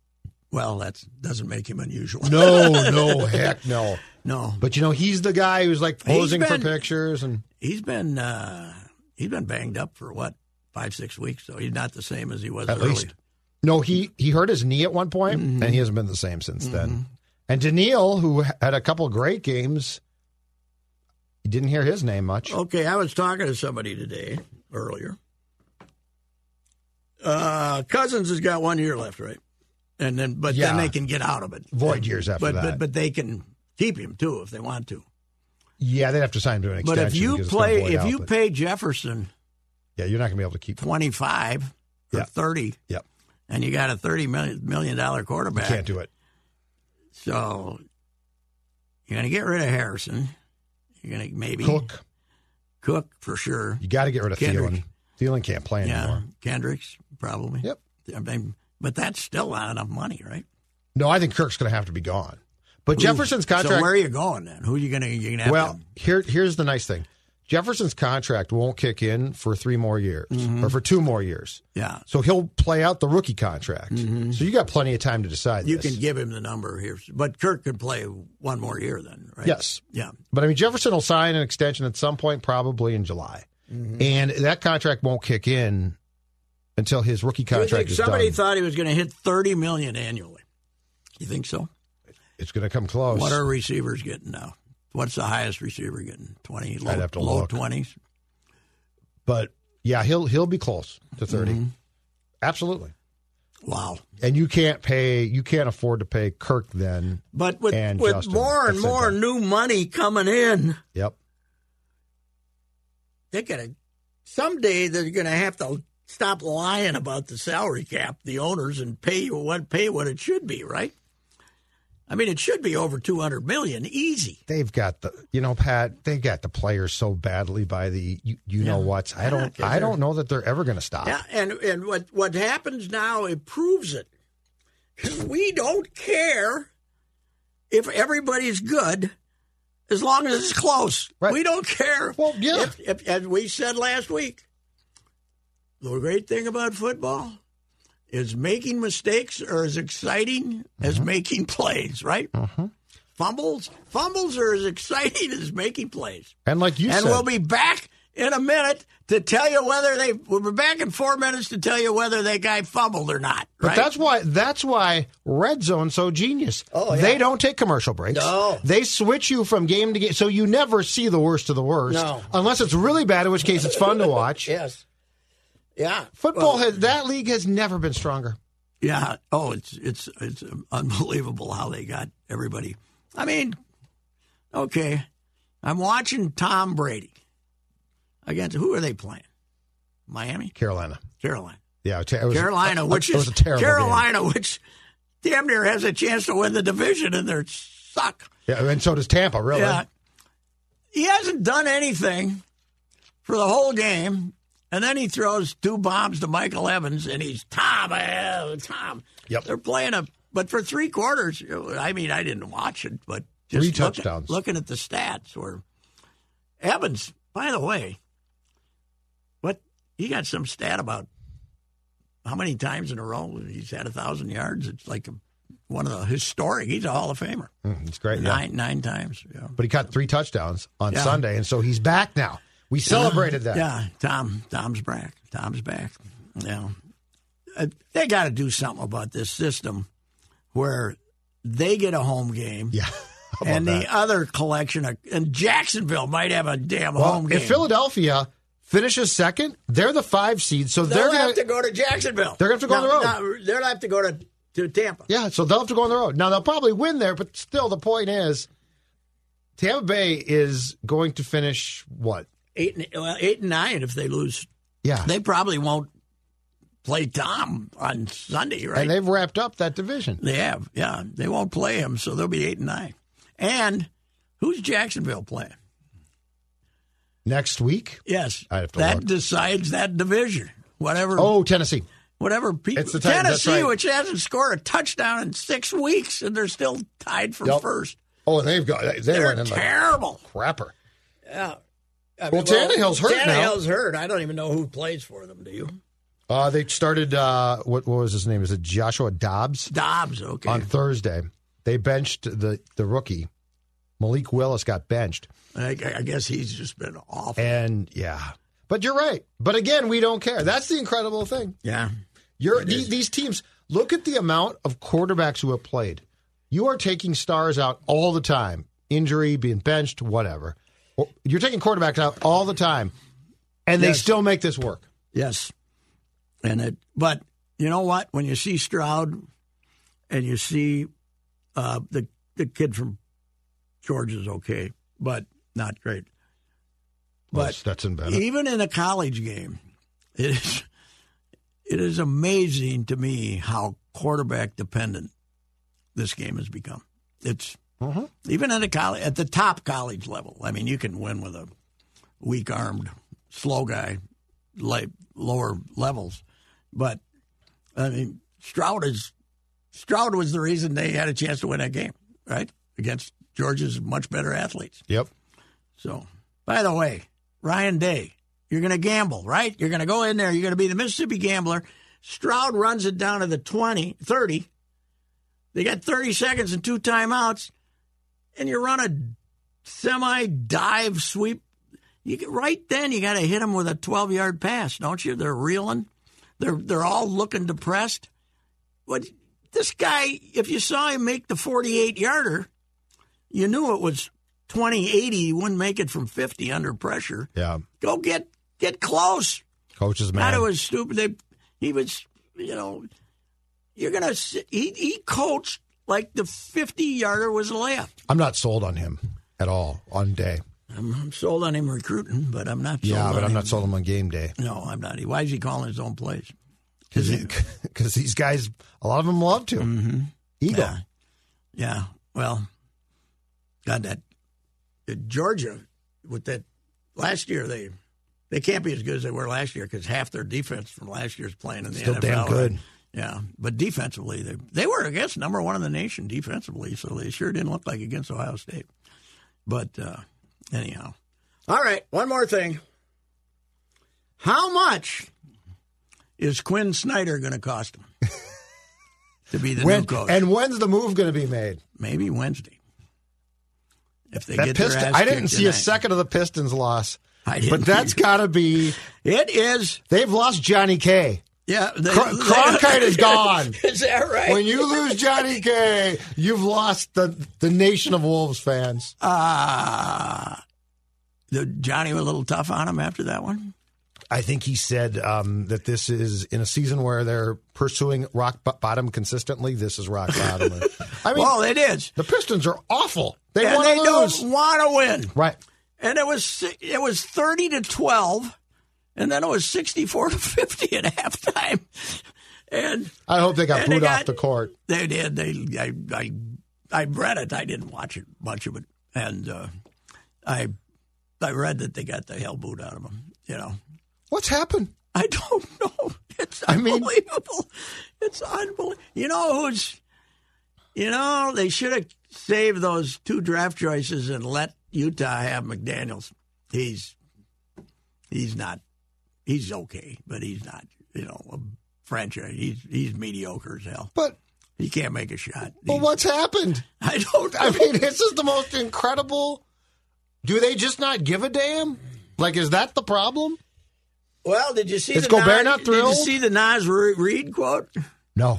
[SPEAKER 2] Well, that doesn't make him unusual.
[SPEAKER 4] No, no, heck no.
[SPEAKER 2] no.
[SPEAKER 4] But you know he's the guy who's like
[SPEAKER 2] He's
[SPEAKER 4] posing
[SPEAKER 2] been-
[SPEAKER 4] for pictures and
[SPEAKER 2] He's been uh, he's been banged up for what five six weeks, so he's not the same as he was
[SPEAKER 4] At
[SPEAKER 2] early.
[SPEAKER 4] least. no he he hurt his knee at one point,
[SPEAKER 2] Mm-hmm.
[SPEAKER 4] and he hasn't been the same since then. And Daniil, who had a couple great games, you didn't hear his name much.
[SPEAKER 2] Okay, I was talking to somebody today earlier. Uh, Cousins has got one year left, right? And then, but then
[SPEAKER 4] Yeah.
[SPEAKER 2] they can get out of it.
[SPEAKER 4] Void years after
[SPEAKER 2] but, But
[SPEAKER 4] that.
[SPEAKER 2] but they can keep him too if they want to.
[SPEAKER 4] Yeah, they'd have to sign him to an
[SPEAKER 2] But
[SPEAKER 4] extension.
[SPEAKER 2] if you
[SPEAKER 4] because it's gonna
[SPEAKER 2] play,
[SPEAKER 4] void
[SPEAKER 2] if
[SPEAKER 4] out,
[SPEAKER 2] you
[SPEAKER 4] but-
[SPEAKER 2] pay Jefferson
[SPEAKER 4] yeah, you're not going to be able to keep.
[SPEAKER 2] twenty five or
[SPEAKER 4] Yeah.
[SPEAKER 2] thirty,
[SPEAKER 4] Yep,
[SPEAKER 2] and you got a thirty million million dollar quarterback,
[SPEAKER 4] can't do it.
[SPEAKER 2] so you're going to get rid of Harrison. You're going to maybe
[SPEAKER 4] Cook,
[SPEAKER 2] Cook for sure.
[SPEAKER 4] You got to get rid of
[SPEAKER 2] Kendrick.
[SPEAKER 4] Thielen. Thielen can't play
[SPEAKER 2] Yeah,
[SPEAKER 4] anymore.
[SPEAKER 2] Kendricks probably.
[SPEAKER 4] Yep.
[SPEAKER 2] I mean, but that's still not enough money, right?
[SPEAKER 4] No, I think Kirk's going to have to be gone. But Jefferson's
[SPEAKER 2] So
[SPEAKER 4] contract.
[SPEAKER 2] where are you going then? Who are you going to? You're going to have
[SPEAKER 4] well,
[SPEAKER 2] to-
[SPEAKER 4] here here's the nice thing. Jefferson's contract won't kick in for three more years
[SPEAKER 2] Mm-hmm.
[SPEAKER 4] or for two more years.
[SPEAKER 2] yeah.
[SPEAKER 4] So he'll play out the rookie contract. So you got plenty of time to decide.
[SPEAKER 2] Mm-hmm. You
[SPEAKER 4] this.
[SPEAKER 2] can give him the number here, but Kirk could play one more year then, right?
[SPEAKER 4] Yes.
[SPEAKER 2] Yeah.
[SPEAKER 4] But I mean, Jefferson will sign an extension at some point, probably in July,
[SPEAKER 2] Mm-hmm.
[SPEAKER 4] and that contract won't kick in until his rookie
[SPEAKER 2] you think
[SPEAKER 4] contract is
[SPEAKER 2] somebody
[SPEAKER 4] done.
[SPEAKER 2] thought he was going to hit thirty million annually. You think so?
[SPEAKER 4] it's going to come close.
[SPEAKER 2] What are receivers getting now? What's the highest receiver getting? Twenty low,
[SPEAKER 4] I'd have to
[SPEAKER 2] low
[SPEAKER 4] look.
[SPEAKER 2] twenties.
[SPEAKER 4] but yeah, he'll he'll be close to 30
[SPEAKER 2] Mm-hmm.
[SPEAKER 4] Absolutely.
[SPEAKER 2] Wow.
[SPEAKER 4] and you can't pay you can't afford to pay Kirk then.
[SPEAKER 2] But with
[SPEAKER 4] And
[SPEAKER 2] with
[SPEAKER 4] Justin
[SPEAKER 2] more
[SPEAKER 4] at
[SPEAKER 2] and
[SPEAKER 4] the same
[SPEAKER 2] more
[SPEAKER 4] time.
[SPEAKER 2] new money coming in,
[SPEAKER 4] Yep.
[SPEAKER 2] they're going to someday they're going to have to stop lying about the salary cap, the owners, and pay you what pay what it should be, right? I mean, it should be over two hundred million, easy.
[SPEAKER 4] They've got the you know Pat, they've got the players so badly by the you, you know what's. I don't
[SPEAKER 2] Yeah,
[SPEAKER 4] I don't know that they're ever going to stop.
[SPEAKER 2] Yeah, and and what what happens now it proves it. 'Cause we don't care if everybody's good, as long as it's close.
[SPEAKER 4] Right.
[SPEAKER 2] We don't care.
[SPEAKER 4] Well, yeah.
[SPEAKER 2] If, if, as we said last week, the great thing about football is making mistakes are as exciting as
[SPEAKER 4] Mm-hmm.
[SPEAKER 2] making plays. Right? Fumbles, fumbles are as exciting as making plays
[SPEAKER 4] And like you
[SPEAKER 2] and
[SPEAKER 4] said,
[SPEAKER 2] we'll be back in a minute to tell you whether they. We'll be back in four minutes to tell you whether that guy fumbled or not.
[SPEAKER 4] but
[SPEAKER 2] Right?
[SPEAKER 4] that's why that's why Red Zone's so genius.
[SPEAKER 2] Oh, yeah.
[SPEAKER 4] They don't take commercial breaks.
[SPEAKER 2] No.
[SPEAKER 4] They switch you from game to game, so you never see the worst of the worst.
[SPEAKER 2] No.
[SPEAKER 4] Unless it's really bad, in which case it's fun to watch.
[SPEAKER 2] yes, yeah.
[SPEAKER 4] Football
[SPEAKER 2] Well,
[SPEAKER 4] has that league has never been stronger.
[SPEAKER 2] yeah. Oh, it's it's it's unbelievable how they got everybody. I mean, okay, I'm watching Tom Brady against who are they playing? Miami,
[SPEAKER 4] Carolina.
[SPEAKER 2] Carolina,
[SPEAKER 4] Yeah, it was-
[SPEAKER 2] Carolina, which
[SPEAKER 4] it
[SPEAKER 2] is
[SPEAKER 4] was a terrible game.
[SPEAKER 2] Carolina, which damn near has a chance to win the division, and they're suck.
[SPEAKER 4] Yeah, and so does Tampa, really.
[SPEAKER 2] Yeah. He hasn't done anything for the whole game, and then he throws two bombs to Michael Evans, and he's Tom, eh, Tom.
[SPEAKER 4] Yep.
[SPEAKER 2] They're playing a, but for three quarters, I mean, I didn't watch it, but just
[SPEAKER 4] Three
[SPEAKER 2] looking-
[SPEAKER 4] touchdowns.
[SPEAKER 2] Looking, at the stats, where Evans, by the way, what he got some stat about how many times in a row he's had a thousand yards. It's like one of the historic. He's a Hall of Famer.
[SPEAKER 4] Mm, it's great. yeah.
[SPEAKER 2] Nine nine times. Yeah.
[SPEAKER 4] But he caught three touchdowns on
[SPEAKER 2] Yeah.
[SPEAKER 4] Sunday, and so he's back now. We celebrated that.
[SPEAKER 2] Yeah, Tom. Tom's back. Tom's back. Yeah, Uh, they got to do something about this system where they get a home game.
[SPEAKER 4] Yeah. How about
[SPEAKER 2] And
[SPEAKER 4] that?
[SPEAKER 2] the other collection, of, and Jacksonville might have a damn
[SPEAKER 4] Well,
[SPEAKER 2] home game.
[SPEAKER 4] if Philadelphia finishes second, they're the five seed, so
[SPEAKER 2] they'll
[SPEAKER 4] they're
[SPEAKER 2] have
[SPEAKER 4] going
[SPEAKER 2] to go to Jacksonville.
[SPEAKER 4] They're gonna have to go on
[SPEAKER 2] No,
[SPEAKER 4] the road.
[SPEAKER 2] no, they'll have to go to, to Tampa.
[SPEAKER 4] Yeah, so they'll have to go on the road. Now they'll probably win there, but still, the point is, Tampa Bay is going to finish what?
[SPEAKER 2] Eight and well, eight and nine if they lose.
[SPEAKER 4] Yeah,
[SPEAKER 2] They probably won't play Tom on Sunday, right?
[SPEAKER 4] and they've wrapped up that division.
[SPEAKER 2] They have, yeah. They won't play him, so they'll be eight and nine. And who's Jacksonville playing?
[SPEAKER 4] Next week,
[SPEAKER 2] Yes,
[SPEAKER 4] I have to
[SPEAKER 2] that
[SPEAKER 4] look.
[SPEAKER 2] decides that division. Whatever,
[SPEAKER 4] oh Tennessee,
[SPEAKER 2] whatever. People,
[SPEAKER 4] It's the Titans, that's
[SPEAKER 2] Tennessee,
[SPEAKER 4] right.
[SPEAKER 2] which hasn't scored a touchdown in six weeks, and they're still tied for
[SPEAKER 4] Yep.
[SPEAKER 2] first.
[SPEAKER 4] oh, and they've got they
[SPEAKER 2] They're
[SPEAKER 4] went in the
[SPEAKER 2] terrible.
[SPEAKER 4] crapper.
[SPEAKER 2] I
[SPEAKER 4] Well, Tannehill's hurt now.
[SPEAKER 2] Tannehill's hurt. I don't even know who plays for them. Do you?
[SPEAKER 4] Uh, they started uh, what, what was his name? Is it Joshua Dobbs
[SPEAKER 2] Dobbs. Okay.
[SPEAKER 4] on Thursday? They benched the the rookie Malik Willis got benched,
[SPEAKER 2] I, I guess he's just been awful.
[SPEAKER 4] and yeah, but you're right. But again, we don't care. That's the incredible thing.
[SPEAKER 2] Yeah.
[SPEAKER 4] You're, the, these teams look at the amount of quarterbacks who have played. You are taking stars out all the time, injury, being benched, whatever. Or- You're taking quarterbacks out all the time, and they
[SPEAKER 2] Yes.
[SPEAKER 4] still make this work.
[SPEAKER 2] Yes. And it, but you know what? When you see Stroud and you see uh, the the kid from Georgia's okay, but not great. But
[SPEAKER 4] Stetson Bennett,
[SPEAKER 2] even in a college game, it is it is amazing to me how quarterback dependent this game has become. It's even at a college at the top college level. I mean, you can win with a weak armed, slow guy, like lower levels, but I mean, Stroud is Stroud was the reason they had a chance to win that game, right? Against Georgia's much better athletes.
[SPEAKER 4] yep,
[SPEAKER 2] So, by the way, Ryan Day, you're going to gamble, right? You're going to go in there. You're going to be the Mississippi gambler. Stroud runs it down to the 20, 30. They got 30 seconds and two timeouts, and you run a semi dive sweep. You get, right then you got to hit them with a 12 yard pass, don't you? They're reeling. They're they're all looking depressed. But this guy, if you saw him make the 48 yarder, you knew it was 20 80 you wouldn't make it from 50 under pressure
[SPEAKER 4] yeah.
[SPEAKER 2] go get get close
[SPEAKER 4] Coaches man,
[SPEAKER 2] that was stupid they, he was you know you're gonna s- he, he coached like the 50 yarder was a layup
[SPEAKER 4] I'm not sold on him at all on day.
[SPEAKER 2] I'm, I'm sold on him recruiting but i'm not sold
[SPEAKER 4] Yeah,
[SPEAKER 2] on
[SPEAKER 4] but I'm
[SPEAKER 2] him.
[SPEAKER 4] not sold on him on game day
[SPEAKER 2] no i'm not why is he calling his own plays
[SPEAKER 4] because these guys, a lot of them loved him. Ego.
[SPEAKER 2] Mm-hmm. Yeah. Yeah. Well, God, that uh, Georgia with that last year they they can't be as good as they were last year because half their defense from last year's playing in the
[SPEAKER 4] Still
[SPEAKER 2] NFL.
[SPEAKER 4] damn good.
[SPEAKER 2] Yeah, but defensively they they were I guess number one in the nation defensively, so they sure didn't look like against Ohio State. But uh, anyhow, all right. One more thing. How much is Quinn Snyder going to cost him to be the
[SPEAKER 4] When-
[SPEAKER 2] new coach?
[SPEAKER 4] and when's the move going to be made?
[SPEAKER 2] maybe Wednesday. If they
[SPEAKER 4] That
[SPEAKER 2] get their
[SPEAKER 4] Piston,
[SPEAKER 2] ass
[SPEAKER 4] I didn't
[SPEAKER 2] kicked
[SPEAKER 4] see a
[SPEAKER 2] tonight.
[SPEAKER 4] second of the Pistons loss,
[SPEAKER 2] I didn't
[SPEAKER 4] but that's got to be
[SPEAKER 2] it is
[SPEAKER 4] they've lost Johnny K.
[SPEAKER 2] yeah. The,
[SPEAKER 4] Cro- Cronkite is gone.
[SPEAKER 2] Is that right?
[SPEAKER 4] When you lose Johnny K, you've lost the the nation of Wolves fans.
[SPEAKER 2] uh, the Johnny was a little tough on him after that one.
[SPEAKER 4] I think he said um, that this is in a season where they're pursuing rock bo- bottom consistently. This is rock bottom. I mean,
[SPEAKER 2] well, it is,
[SPEAKER 4] the Pistons are awful. They
[SPEAKER 2] and
[SPEAKER 4] want
[SPEAKER 2] they
[SPEAKER 4] to lose,
[SPEAKER 2] don't want to win.
[SPEAKER 4] right?
[SPEAKER 2] And it was it was thirty to twelve, and then it was sixty four to fifty at halftime, and
[SPEAKER 4] I hope they got
[SPEAKER 2] And they
[SPEAKER 4] booed off
[SPEAKER 2] got-
[SPEAKER 4] the court.
[SPEAKER 2] They did. They I I, I read it. I didn't watch it much of it, and uh, I I read that they got the hell boot out of them. You know,
[SPEAKER 4] What's happened?
[SPEAKER 2] I don't know. It's
[SPEAKER 4] I mean-
[SPEAKER 2] unbelievable. it's unbelievable. You know who's? You know they should have saved those two draft choices and let Utah have McDaniel's. He's he's not. He's okay, but he's not. You know, a franchise. He's he's mediocre as hell.
[SPEAKER 4] But
[SPEAKER 2] He can't make a shot.
[SPEAKER 4] but what's happened?
[SPEAKER 2] I don't.
[SPEAKER 4] I mean, this is the most incredible. Do they just not give a damn? Like, is that the problem?
[SPEAKER 2] Well, did you see?
[SPEAKER 4] Is
[SPEAKER 2] the
[SPEAKER 4] Gobert
[SPEAKER 2] Nas,
[SPEAKER 4] not
[SPEAKER 2] Did you
[SPEAKER 4] thrilled?
[SPEAKER 2] see the Nas Re- Reed quote?
[SPEAKER 4] No.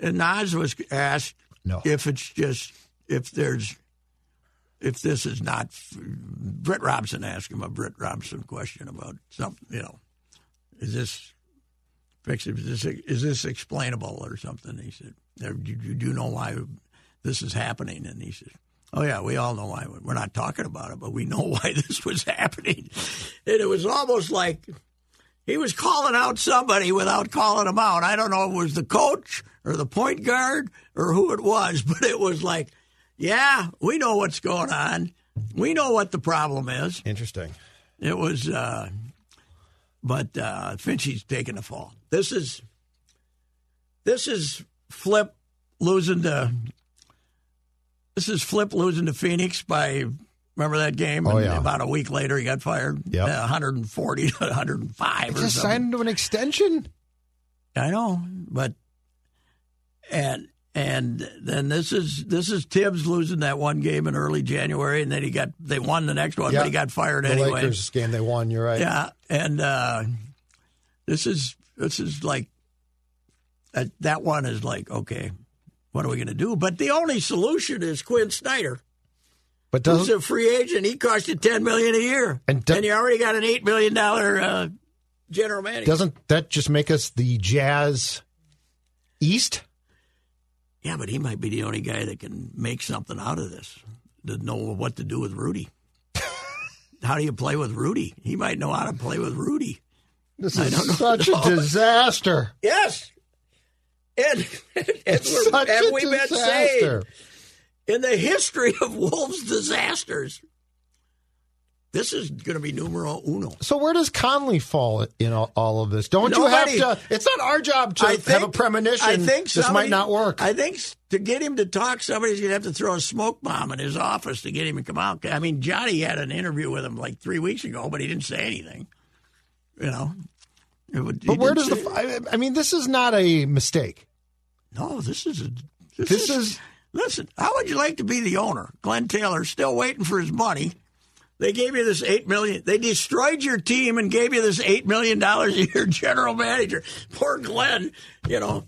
[SPEAKER 2] And Nas was asked
[SPEAKER 4] No.
[SPEAKER 2] if it's just if there's if this is not f- Brett Robson asked him a Brett Robson question about something. You know, is this fix Is this is this explainable or something? He said, "There- "You, you do know why this is happening?" And he says. Oh yeah, we all know why. We're not talking about it, but we know why this was happening. And it was almost like he was calling out somebody without calling him out. I don't know if it was the coach or the point guard or who it was, but it was like, yeah, we know what's going on. We know what the problem is.
[SPEAKER 4] Interesting.
[SPEAKER 2] It was, uh, but uh, Finchie's taking the fall. This is, this is Flip losing to, this is Flip losing to Phoenix by, remember that game?
[SPEAKER 4] Oh,
[SPEAKER 2] And
[SPEAKER 4] yeah.
[SPEAKER 2] About a week later, he got fired.
[SPEAKER 4] Yep.
[SPEAKER 2] Uh, 140 to 105 or
[SPEAKER 4] Just
[SPEAKER 2] something.
[SPEAKER 4] signed to an extension.
[SPEAKER 2] I know, but and and then this is this is Tibbs losing that one game in early January, and then he got they won the next one,
[SPEAKER 4] Yeah.
[SPEAKER 2] but he got fired
[SPEAKER 4] The
[SPEAKER 2] anyway.
[SPEAKER 4] Lakers game they won. You're right.
[SPEAKER 2] Yeah, and uh, this is this is like that, that one is like okay, what are we going to do? But the only solution is Quinn Snyder.
[SPEAKER 4] But
[SPEAKER 2] Who's
[SPEAKER 4] doesn't
[SPEAKER 2] a free agent? He cost you ten million a year,
[SPEAKER 4] And do-
[SPEAKER 2] and you already got an eight million dollar uh, general manager.
[SPEAKER 4] doesn't that just make us the Jazz East?
[SPEAKER 2] Yeah, but he might be the only guy that can make something out of this. That know what to do with Rudy. how do you play with Rudy? He might know how to play with Rudy.
[SPEAKER 4] This
[SPEAKER 2] I don't know.
[SPEAKER 4] is such a disaster.
[SPEAKER 2] Yes. And, and, we're-
[SPEAKER 4] such
[SPEAKER 2] and
[SPEAKER 4] a
[SPEAKER 2] we've been saying
[SPEAKER 4] disaster.
[SPEAKER 2] in the history of Wolves disasters, this is going to be numero uno.
[SPEAKER 4] So where does Conley fall in all, all of this? Don't
[SPEAKER 2] Nobody.
[SPEAKER 4] you have to? It's not our job to have a premonition.
[SPEAKER 2] I think
[SPEAKER 4] this
[SPEAKER 2] somebody-
[SPEAKER 4] might not work.
[SPEAKER 2] I think s- to get him to talk, somebody's going to have to throw a smoke bomb in his office to get him to come out. I mean, Johnny had an interview with him like three weeks ago, but he didn't say anything. You know, It would- he
[SPEAKER 4] but where does
[SPEAKER 2] didn't
[SPEAKER 4] the?
[SPEAKER 2] say-
[SPEAKER 4] I, I mean, this is not a mistake.
[SPEAKER 2] no? This is a, this,
[SPEAKER 4] This
[SPEAKER 2] is,
[SPEAKER 4] is-
[SPEAKER 2] listen. How would you like to be the owner, Glenn Taylor, still waiting for his money? They gave you this eight million. They destroyed your team and gave you this eight million dollars a year general manager. Poor Glenn, you know.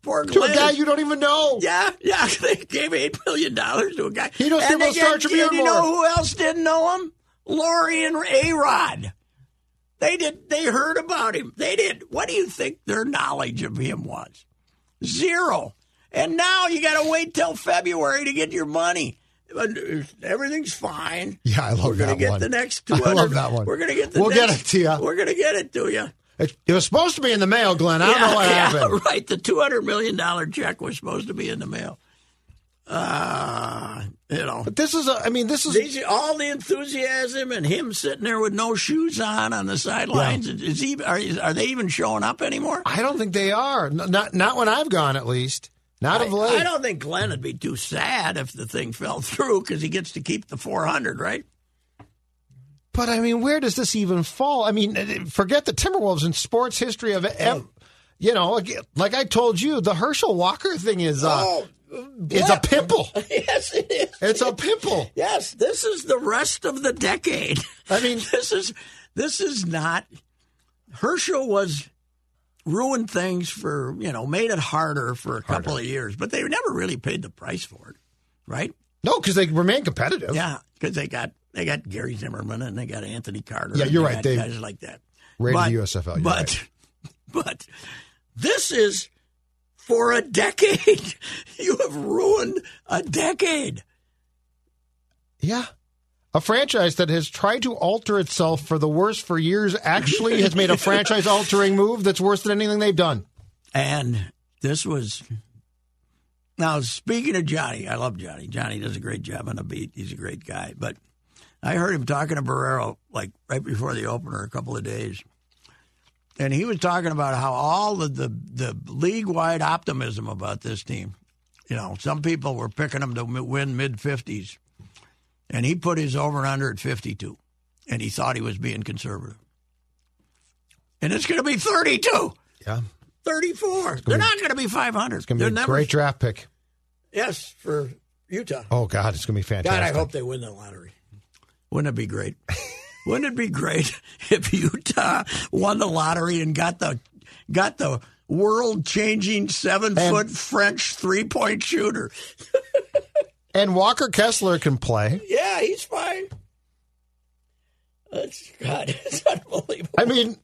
[SPEAKER 2] Poor
[SPEAKER 4] To
[SPEAKER 2] Glenn
[SPEAKER 4] a guy
[SPEAKER 2] is-
[SPEAKER 4] you don't even know.
[SPEAKER 2] Yeah, yeah. They gave eight million dollars to a guy.
[SPEAKER 4] He don't
[SPEAKER 2] and
[SPEAKER 4] think
[SPEAKER 2] they
[SPEAKER 4] we'll start
[SPEAKER 2] gave-
[SPEAKER 4] Tribune
[SPEAKER 2] and you
[SPEAKER 4] more.
[SPEAKER 2] know who else didn't know him? Lori and A Rod. They did. They heard about him. They did. What do you think their knowledge of him was? Zero. And now you got to wait till February to get your money. But Everything's fine.
[SPEAKER 4] Yeah, I love
[SPEAKER 2] We're gonna
[SPEAKER 4] that
[SPEAKER 2] get
[SPEAKER 4] one.
[SPEAKER 2] the next.
[SPEAKER 4] I
[SPEAKER 2] 200.
[SPEAKER 4] love that one.
[SPEAKER 2] We're gonna get the.
[SPEAKER 4] We'll get
[SPEAKER 2] next-
[SPEAKER 4] it to ya.
[SPEAKER 2] We're gonna get it to you.
[SPEAKER 4] It, it was supposed to be in the mail, Glenn. I don't know what
[SPEAKER 2] yeah,
[SPEAKER 4] happened.
[SPEAKER 2] Right, the two hundred million dollar check was supposed to be in the mail. Uh, you know,
[SPEAKER 4] But this is. A, I mean, this is.
[SPEAKER 2] these, all the enthusiasm and him sitting there with no shoes on on the sidelines. Is he? Are, are they even showing up anymore?
[SPEAKER 4] I don't think they are. N- Not not when I've gone, at least. Not
[SPEAKER 2] I,
[SPEAKER 4] of late.
[SPEAKER 2] I don't think Glenn would be too sad if the thing fell through because he gets to keep the four hundred, right?
[SPEAKER 4] But I mean, where does this even fall? I mean, forget the Timberwolves in sports history of ev- you know, like, like I told you, the Herschel Walker thing is uh,
[SPEAKER 2] Oh,
[SPEAKER 4] is a pimple.
[SPEAKER 2] yes, it is.
[SPEAKER 4] It's a pimple.
[SPEAKER 2] Yes, this is the rest of the decade.
[SPEAKER 4] I mean-
[SPEAKER 2] this is this is not. Herschel was ruined things for you know made it harder for a couple of years, but they never really paid the price for it, right?
[SPEAKER 4] No, because they remain competitive.
[SPEAKER 2] Yeah, because they got they got Gary Zimmerman and they got Anthony Carter.
[SPEAKER 4] Yeah,
[SPEAKER 2] and
[SPEAKER 4] you're
[SPEAKER 2] they
[SPEAKER 4] right.
[SPEAKER 2] got
[SPEAKER 4] They
[SPEAKER 2] guys like that.
[SPEAKER 4] rated
[SPEAKER 2] But-
[SPEAKER 4] USFL, you're
[SPEAKER 2] but but this is for a decade. you have ruined a decade.
[SPEAKER 4] Yeah. A franchise that has tried to alter itself for the worse for years actually has made a franchise altering move that's worse than anything they've done.
[SPEAKER 2] And this was. Now, speaking of Johnny, I love Johnny. Johnny does a great job on the beat. He's a great guy. But I heard him talking to Barrero like right before the opener a couple of days. And he was talking about how all of the, the league wide optimism about this team. You know, some people were picking them to mi- win mid 50s. And he put his over and under at 52. And he thought he was being conservative. And it's going to be 32.
[SPEAKER 4] Yeah.
[SPEAKER 2] 34. They're not going to be 500.
[SPEAKER 4] It's going to
[SPEAKER 2] They're
[SPEAKER 4] be a
[SPEAKER 2] never-
[SPEAKER 4] great draft pick.
[SPEAKER 2] Yes, for Utah.
[SPEAKER 4] Oh, God, it's going to be
[SPEAKER 2] God,
[SPEAKER 4] fantastic.
[SPEAKER 2] I hope they win the lottery. Wouldn't it be great? Wouldn't it be great if Utah won the lottery and got the got the world changing seven foot French three point shooter?
[SPEAKER 4] And Walker Kessler can play.
[SPEAKER 2] Yeah, he's fine. That's God, it's unbelievable.
[SPEAKER 4] I mean,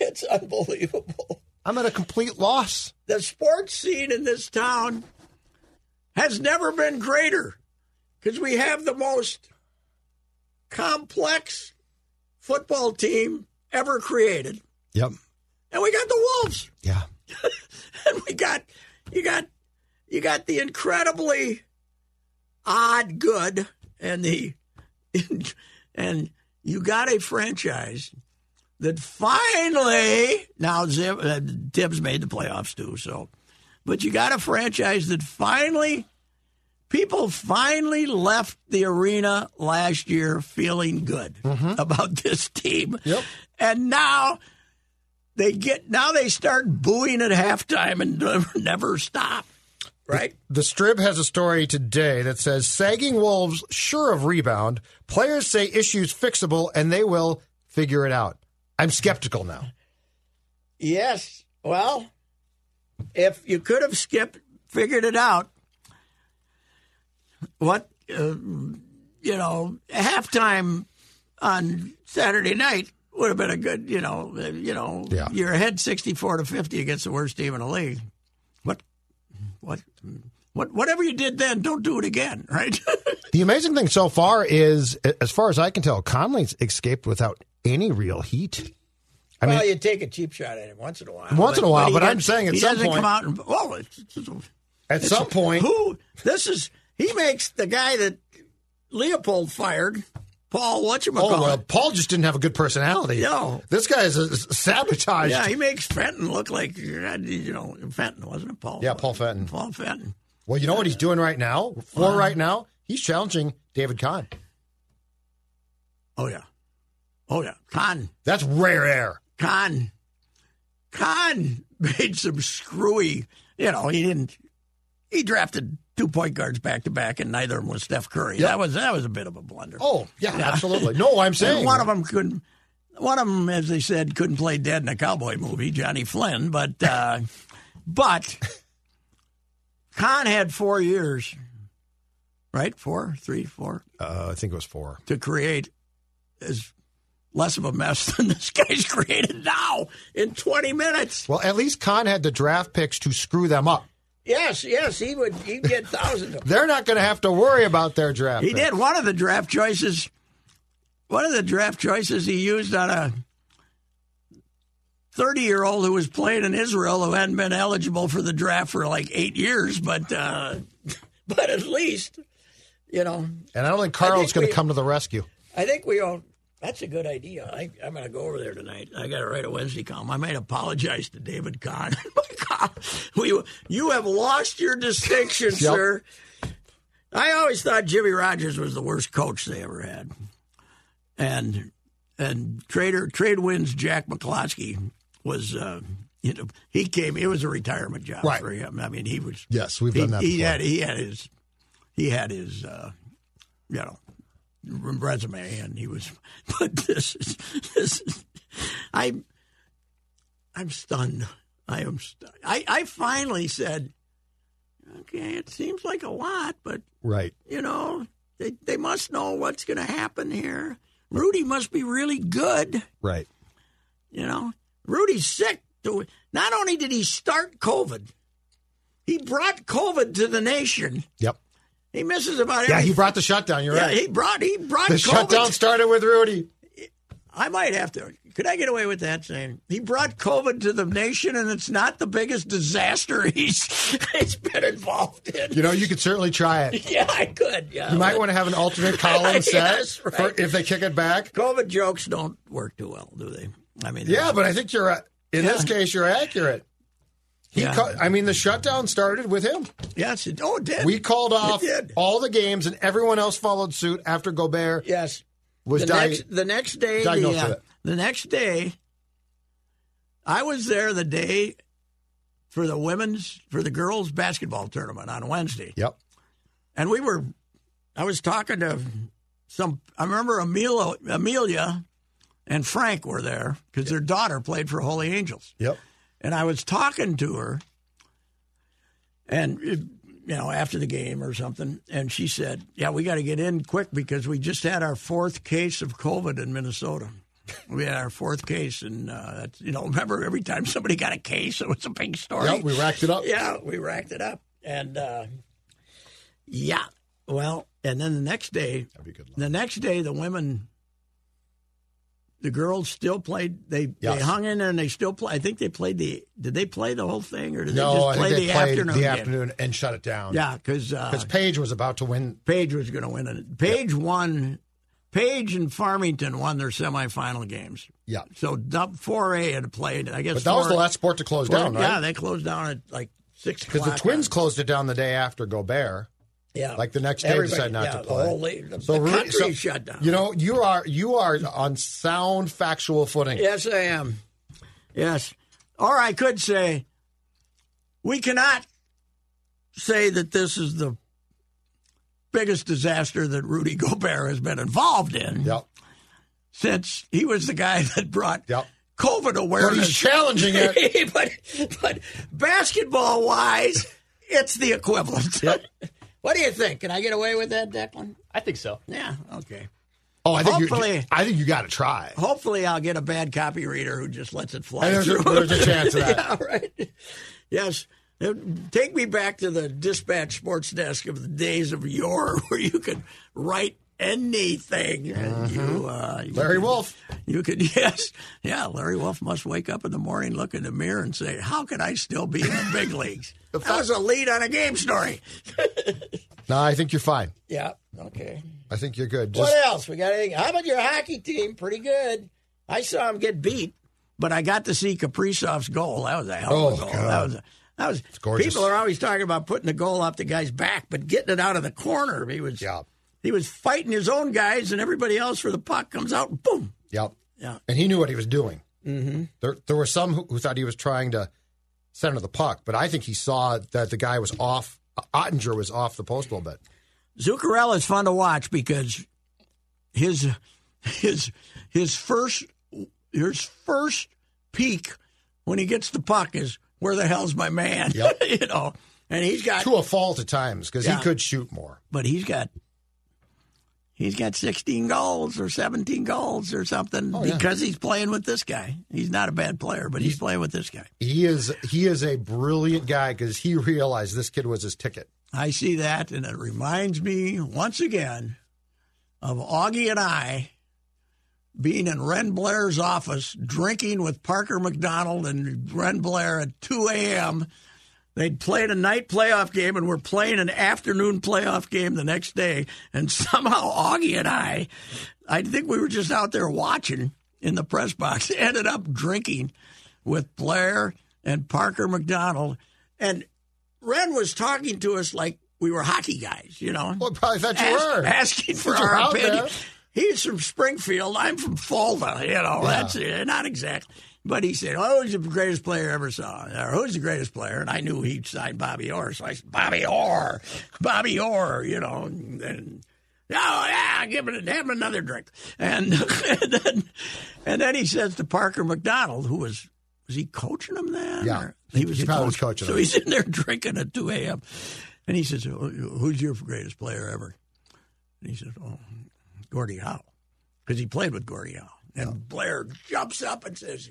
[SPEAKER 2] it's unbelievable.
[SPEAKER 4] I'm at a complete loss.
[SPEAKER 2] The sports scene in this town has never been greater because we have the most complex football team ever created.
[SPEAKER 4] Yep.
[SPEAKER 2] And we got the Wolves.
[SPEAKER 4] Yeah.
[SPEAKER 2] and we got you got you got the incredibly odd good and the and you got a franchise that finally now Zim, uh, Tibbs made the playoffs too so but you got a franchise that finally people finally left the arena last year feeling good about this team
[SPEAKER 4] Yep.
[SPEAKER 2] and now they get now they start booing at halftime and never, never stop right
[SPEAKER 4] The Strib has a story today that says sagging Wolves sure of rebound. Players say issues fixable and they will figure it out. I'm skeptical now.
[SPEAKER 2] Yes. Well, if you could have skipped, figured it out, what, uh, you know, halftime on Saturday night would have been a good, you know, uh, you know,
[SPEAKER 4] Yeah.
[SPEAKER 2] you're ahead 64 to 50 against the worst team in the league. What, what, what, whatever you did then, don't do it again, right?
[SPEAKER 4] The amazing thing so far is, as far as I can tell, Conley's escaped without any real heat. I mean,
[SPEAKER 2] well, you take a cheap shot at him once in a while.
[SPEAKER 4] Once in a while,
[SPEAKER 2] he
[SPEAKER 4] but I'm
[SPEAKER 2] doesn't-
[SPEAKER 4] saying at
[SPEAKER 2] he
[SPEAKER 4] some
[SPEAKER 2] doesn't
[SPEAKER 4] point-
[SPEAKER 2] come out and oh, it's, it's-
[SPEAKER 4] at some point,
[SPEAKER 2] Who? This is he makes the guy that Leopold fired, Paul. What you
[SPEAKER 4] oh,
[SPEAKER 2] call
[SPEAKER 4] well, Paul just didn't have a good personality.
[SPEAKER 2] No.
[SPEAKER 4] This guy is uh, sabotaged.
[SPEAKER 2] Yeah, he makes Fenton look like uh, you know Fenton wasn't it Paul?
[SPEAKER 4] Yeah, Paul Fenton.
[SPEAKER 2] Paul Fenton.
[SPEAKER 4] Well, you know what he's doing right now? For right now, he's challenging David Kahn.
[SPEAKER 2] Oh yeah, oh yeah. Con
[SPEAKER 4] That's rare air.
[SPEAKER 2] Con Con made some screwy. You know he didn't. He drafted two point guards back to back, and neither of them was Steph Curry. That was that was a bit of a blunder.
[SPEAKER 4] Oh, yeah, absolutely. No, I'm
[SPEAKER 2] And
[SPEAKER 4] saying
[SPEAKER 2] one of them couldn't. One of them, as they said, couldn't play dead in a cowboy movie, Johnny Flynn. But uh, but Khan had four years, right? Four, three, four
[SPEAKER 4] Uh, I think it was four.
[SPEAKER 2] to create as less of a mess than this guy's created now in twenty minutes.
[SPEAKER 4] Well, at least Kahn had the draft picks to screw them up.
[SPEAKER 2] Yes, yes, he would. He'd get thousands of
[SPEAKER 4] They're not going to have to worry about their draft.
[SPEAKER 2] He
[SPEAKER 4] picks.
[SPEAKER 2] did one of the draft choices. One of the draft choices he used on a thirty-year-old who was playing in Israel who hadn't been eligible for the draft for like eight years, but uh, but at least you know
[SPEAKER 4] And I don't think
[SPEAKER 2] I
[SPEAKER 4] Carl's
[SPEAKER 2] think
[SPEAKER 4] going to
[SPEAKER 2] we-
[SPEAKER 4] come to the rescue.
[SPEAKER 2] I think we all. That's a good idea. I, I'm going to go over there tonight. I got to write a Wednesday column. I might apologize to David Kahn. uh, we, you have lost your distinction, sir. I always thought Jimmy Rogers was the worst coach they ever had, and and trader trade wins Jack McCloskey was. Uh, you know, he came. It was a retirement job
[SPEAKER 4] Right.
[SPEAKER 2] for him. I mean, he was.
[SPEAKER 4] Yes, we've
[SPEAKER 2] he,
[SPEAKER 4] done that
[SPEAKER 2] He
[SPEAKER 4] before.
[SPEAKER 2] had he had his he had his uh, you know resume, and he was. But this is this is. I'm I'm stunned. I am. Stu- I I finally said, okay, it seems like a lot, but
[SPEAKER 4] Right.
[SPEAKER 2] you know they they must know what's going to happen here. Rudy must be really good.
[SPEAKER 4] Right.
[SPEAKER 2] You know, Rudy's sick. To, not only did he start COVID, he brought COVID to the nation.
[SPEAKER 4] Yep.
[SPEAKER 2] He misses about
[SPEAKER 4] Yeah,
[SPEAKER 2] every-
[SPEAKER 4] he brought the shutdown. You're
[SPEAKER 2] yeah,
[SPEAKER 4] right.
[SPEAKER 2] he brought he brought
[SPEAKER 4] the
[SPEAKER 2] COVID.
[SPEAKER 4] shutdown started with Rudy.
[SPEAKER 2] I might have to. Could I get away with that saying he brought COVID to the nation, and it's not the biggest disaster he's he's been involved in.
[SPEAKER 4] You know, you could certainly try it.
[SPEAKER 2] yeah, I could. Yeah,
[SPEAKER 4] You might want to have an alternate column set
[SPEAKER 2] Yes, right.
[SPEAKER 4] for if they kick it back.
[SPEAKER 2] COVID jokes don't work too well, do they? I mean,
[SPEAKER 4] Yeah, but I think you're uh, in this case you're accurate. He
[SPEAKER 2] Yeah.
[SPEAKER 4] ca- I mean, the shutdown started with him.
[SPEAKER 2] yes, it, oh, it did.
[SPEAKER 4] We called off
[SPEAKER 2] did.
[SPEAKER 4] all the games, and everyone else followed suit after Gobert
[SPEAKER 2] yes.
[SPEAKER 4] was
[SPEAKER 2] the
[SPEAKER 4] dying.
[SPEAKER 2] next, the next day the,
[SPEAKER 4] diagnosed
[SPEAKER 2] uh,
[SPEAKER 4] with it.
[SPEAKER 2] the next day i was there the day for the women's for the girls basketball tournament on wednesday
[SPEAKER 4] Yep.
[SPEAKER 2] and we were i was talking to some i remember amelia amelia and Frank were there because their daughter played for Holy Angels.
[SPEAKER 4] Yep.
[SPEAKER 2] And I was talking to her, and you know, after the game or something, and she said, "Yeah, we got to get in quick because we just had our fourth case of COVID in Minnesota. We had our fourth case, and uh, that's- you know, remember every time somebody got a case, it was a big story.
[SPEAKER 4] Yep, we racked it up.
[SPEAKER 2] Yeah, we racked it up, and uh, yeah, well, and then the next day,
[SPEAKER 4] That'd be good. luck.
[SPEAKER 2] the next day, the women, the girls still played. They they
[SPEAKER 4] Yes.
[SPEAKER 2] hung in there and they still play. I think they played the. Did they play the whole thing or did
[SPEAKER 4] No,
[SPEAKER 2] they
[SPEAKER 4] I
[SPEAKER 2] just
[SPEAKER 4] think
[SPEAKER 2] play
[SPEAKER 4] they
[SPEAKER 2] the
[SPEAKER 4] played
[SPEAKER 2] afternoon?
[SPEAKER 4] the
[SPEAKER 2] game?
[SPEAKER 4] afternoon and shut it down.
[SPEAKER 2] Yeah, because uh,
[SPEAKER 4] because Page was about to win.
[SPEAKER 2] Page was going to win it. Page won. Page and Farmington won their semifinal games.
[SPEAKER 4] Yeah,
[SPEAKER 2] So Dub four A had played. I guess
[SPEAKER 4] but that was
[SPEAKER 2] 4A
[SPEAKER 4] the last sport to close down,
[SPEAKER 2] Yeah,
[SPEAKER 4] right?
[SPEAKER 2] they closed down at like six.
[SPEAKER 4] Because the
[SPEAKER 2] o'clock
[SPEAKER 4] Twins
[SPEAKER 2] on-
[SPEAKER 4] closed it down the day after Gobert.
[SPEAKER 2] yeah,
[SPEAKER 4] like the next day
[SPEAKER 2] Everybody-
[SPEAKER 4] decided not
[SPEAKER 2] yeah,
[SPEAKER 4] to
[SPEAKER 2] the
[SPEAKER 4] play.
[SPEAKER 2] whole league- the,
[SPEAKER 4] So
[SPEAKER 2] the
[SPEAKER 4] re-
[SPEAKER 2] country
[SPEAKER 4] so,
[SPEAKER 2] shut down.
[SPEAKER 4] You know, you are you are on sound factual footing.
[SPEAKER 2] Yes, I am. Yes. Or I could say, we cannot say that this is the biggest disaster that Rudy Gobert has been involved in
[SPEAKER 4] Yep.
[SPEAKER 2] since he was the guy that brought
[SPEAKER 4] Yep.
[SPEAKER 2] COVID
[SPEAKER 4] But
[SPEAKER 2] awareness.
[SPEAKER 4] he's challenging it.
[SPEAKER 2] but, but basketball wise, it's the equivalent. what do you think? Can I get away with that, Declan?
[SPEAKER 5] I think so.
[SPEAKER 2] Yeah, okay.
[SPEAKER 4] Oh, I think you.
[SPEAKER 2] Hopefully.
[SPEAKER 4] I think you got to try.
[SPEAKER 2] Hopefully, I'll get a bad copy reader who just lets it fly.
[SPEAKER 4] And there's a,
[SPEAKER 2] through.
[SPEAKER 4] there's a chance of that.
[SPEAKER 2] yeah, right. Yes. Uh, Take me back to the dispatch sports desk of the days of yore where you could write anything. And you, uh, you
[SPEAKER 4] Mm-hmm. Larry
[SPEAKER 2] could-
[SPEAKER 4] Wolf.
[SPEAKER 2] You could, yes. Yeah, Larry Wolf must wake up in the morning, look in the mirror, and say, How can I still be in the big leagues? that was a lead on a game story.
[SPEAKER 4] No, I think you're fine.
[SPEAKER 2] Yeah, okay.
[SPEAKER 4] I think you're good. Just,
[SPEAKER 2] What else? We got anything? How about your hockey team? Pretty good. I saw him get beat, but I got to see Kaprizov's goal. That was a hell of a
[SPEAKER 4] Oh,
[SPEAKER 2] goal.
[SPEAKER 4] God.
[SPEAKER 2] That was a, that was
[SPEAKER 4] gorgeous.
[SPEAKER 2] People are always talking about putting the goal off the guy's back, but getting it out of the corner. He was
[SPEAKER 4] yeah.
[SPEAKER 2] he was fighting his own guys and everybody else for the puck comes out and boom.
[SPEAKER 4] Yep.
[SPEAKER 2] Yeah.
[SPEAKER 4] And he knew what he was doing. Mm-hmm. There, there were some who, who thought he was trying to center the puck, but I think he saw that the guy was off. uh, Ottinger was off the post a little bit.
[SPEAKER 2] Zuccarello is fun to watch because his his his first his first peak when he gets the puck is where the hell's my man?
[SPEAKER 4] Yep.
[SPEAKER 2] you know, and he's got
[SPEAKER 4] To a fault at times because
[SPEAKER 2] Yeah.
[SPEAKER 4] he could shoot more.
[SPEAKER 2] but he's got he's got 16 goals or 17 goals or something
[SPEAKER 4] yeah.
[SPEAKER 2] because he's playing with this guy. He's not a bad player, but he's playing with this guy.
[SPEAKER 4] He is he is a brilliant guy because he realized this kid was his ticket.
[SPEAKER 2] I see that, and it reminds me once again of Augie and I being in Ren Blair's office drinking with Parker McDonald and Ren Blair at 2 a.m. They'd played a night playoff game and we're playing an afternoon playoff game the next day. And somehow Augie and I, I think we were just out there watching in the press box, ended up drinking with Blair and Parker McDonald. And Ren was talking to us like we were hockey guys, you know
[SPEAKER 4] Well, probably thought you
[SPEAKER 2] ask-
[SPEAKER 4] were.
[SPEAKER 2] asking for
[SPEAKER 4] You're
[SPEAKER 2] our
[SPEAKER 4] out
[SPEAKER 2] opinion.
[SPEAKER 4] there.
[SPEAKER 2] He's from Springfield. I'm from Fulda. You know, that's it. Not exactly. But he said, "Oh, who's the greatest player I ever saw?" Or, "Who's the greatest player?" And I knew he'd signed Bobby Orr, so I said, "Bobby Orr, Bobby Orr." You know, and, and oh yeah, give it have another drink. And, and then and then he says to Parker McDonald, who was was he coaching him then?
[SPEAKER 4] Yeah.
[SPEAKER 2] Or-
[SPEAKER 4] He- he
[SPEAKER 2] the
[SPEAKER 4] probably was coaching
[SPEAKER 2] So
[SPEAKER 4] him.
[SPEAKER 2] he's in there drinking at two a.m. And he says, "Who- "Who's your greatest player ever?" And he says, "Oh, Gordie Howe, because he played with Gordie Howe." And Blair jumps up and says,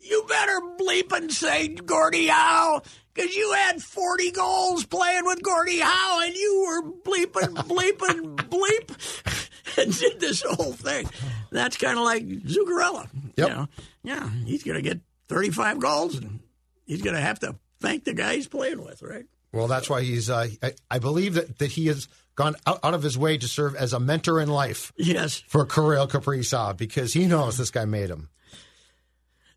[SPEAKER 2] "You better bleep and say Gordie Howe, because you had forty goals playing with Gordie Howe, and you were bleeping, bleeping, bleep." And did this whole thing. That's kind of like Zuccarello.
[SPEAKER 4] Yep.
[SPEAKER 2] You know? Yeah, he's going to get 35 goals, and he's going to have to thank the guy he's playing with, right?
[SPEAKER 4] Well, that's why he's. Uh, I, I believe that, that he has gone out, out of his way to serve as a mentor in life
[SPEAKER 2] Yes.
[SPEAKER 4] for Kirill Kaprizov because he knows this guy made him.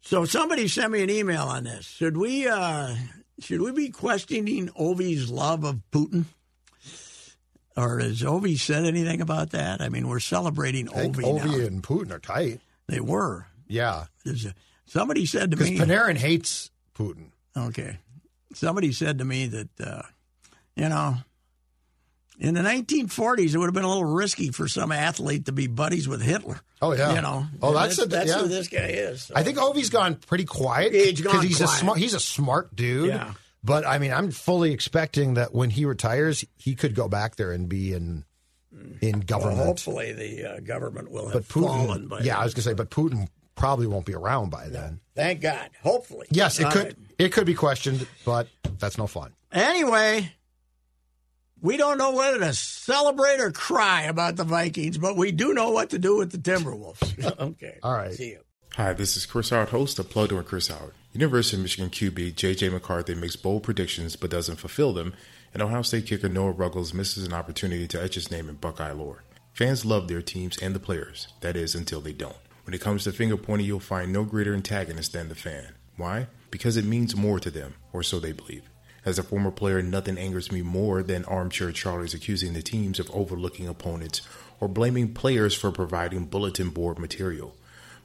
[SPEAKER 2] So somebody sent me an email on this. Should we uh, should we be questioning Ovi's love of Putin? Or has Ovi said anything about that? I mean, we're celebrating
[SPEAKER 4] I think
[SPEAKER 2] Ovi,
[SPEAKER 4] Ovi
[SPEAKER 2] now.
[SPEAKER 4] and Putin are tight.
[SPEAKER 2] They were.
[SPEAKER 4] Yeah,
[SPEAKER 2] There's a- somebody said to
[SPEAKER 4] because
[SPEAKER 2] me.
[SPEAKER 4] Panarin hates Putin.
[SPEAKER 2] Okay. Somebody said to me that, uh, you know, In the 1940s, it would have been a little risky for some athlete to be buddies with Hitler.
[SPEAKER 4] Oh, yeah.
[SPEAKER 2] you know.
[SPEAKER 4] Oh,
[SPEAKER 2] And
[SPEAKER 4] that's
[SPEAKER 2] this-
[SPEAKER 4] a-
[SPEAKER 2] that's
[SPEAKER 4] yeah.
[SPEAKER 2] who this guy is. so.
[SPEAKER 4] I think Ovi's gone pretty quiet
[SPEAKER 2] Yeah, he's gone
[SPEAKER 4] he's a
[SPEAKER 2] quiet.
[SPEAKER 4] smart he's a smart dude.
[SPEAKER 2] Yeah.
[SPEAKER 4] But I mean, I'm fully expecting that when he retires, he could go back there and be in in
[SPEAKER 2] Well,
[SPEAKER 4] government.
[SPEAKER 2] hopefully, the uh, government will have
[SPEAKER 4] but
[SPEAKER 2] fallen.
[SPEAKER 4] Putin,
[SPEAKER 2] By
[SPEAKER 4] yeah,
[SPEAKER 2] then.
[SPEAKER 4] I was gonna say, but Putin probably won't be around by then.
[SPEAKER 2] Thank God. Hopefully.
[SPEAKER 4] Yes, it
[SPEAKER 2] All
[SPEAKER 4] could
[SPEAKER 2] right.
[SPEAKER 4] it could be questioned, but that's no fun.
[SPEAKER 2] Anyway, we don't know whether to celebrate or cry about the Vikings, but we do know what to do with the Timberwolves. okay.
[SPEAKER 4] All right.
[SPEAKER 2] See you.
[SPEAKER 6] Hi, this is Chris Howard, host of Plugged on Chris Howard. University of Michigan QB J.J. McCarthy makes bold predictions but doesn't fulfill them, and Ohio State kicker Noah Ruggles misses an opportunity to etch his name in Buckeye lore. Fans love their teams and the players, that is, until they don't. When it comes to finger pointing, you'll find no greater antagonist than the fan. Why? Because it means more to them, or so they believe. As a former player, nothing angers me more than armchair Charlies accusing the teams of overlooking opponents or blaming players for providing bulletin board material.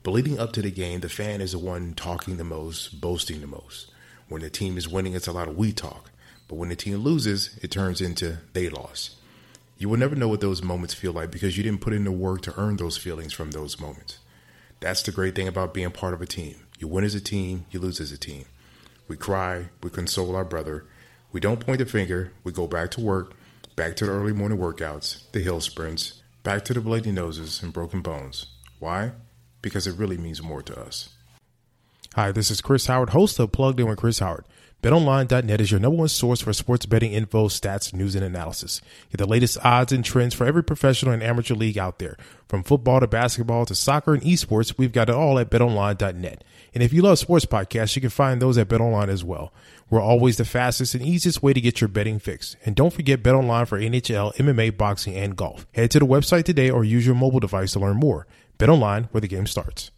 [SPEAKER 6] But leading up to the game, the fan is the one talking the most, boasting the most. When the team is winning, it's a lot of we talk. But when the team loses, it turns into they lost. You will never know what those moments feel like because you didn't put in the work to earn those feelings from those moments. That's the great thing about being part of a team. You win as a team, you lose as a team. We cry, we console our brother, we don't point the finger, we go back to work, back to the early morning workouts, the hill sprints, back to the bloody noses and broken bones. Why? Because it really means more to us. Hi, this is Chris Howard, host of Plugged In with Chris Howard. BetOnline.net is your number one source for sports betting info, stats, news, and analysis. Get the latest odds and trends for every professional and amateur league out there. From football to basketball to soccer and esports, we've got it all at BetOnline.net. And if you love sports podcasts, you can find those at BetOnline as well. We're always the fastest and easiest way to get your betting fix. And don't forget BetOnline for NHL, MMA, boxing, and golf. Head to the website today or use your mobile device to learn more. BetOnline, where the game starts.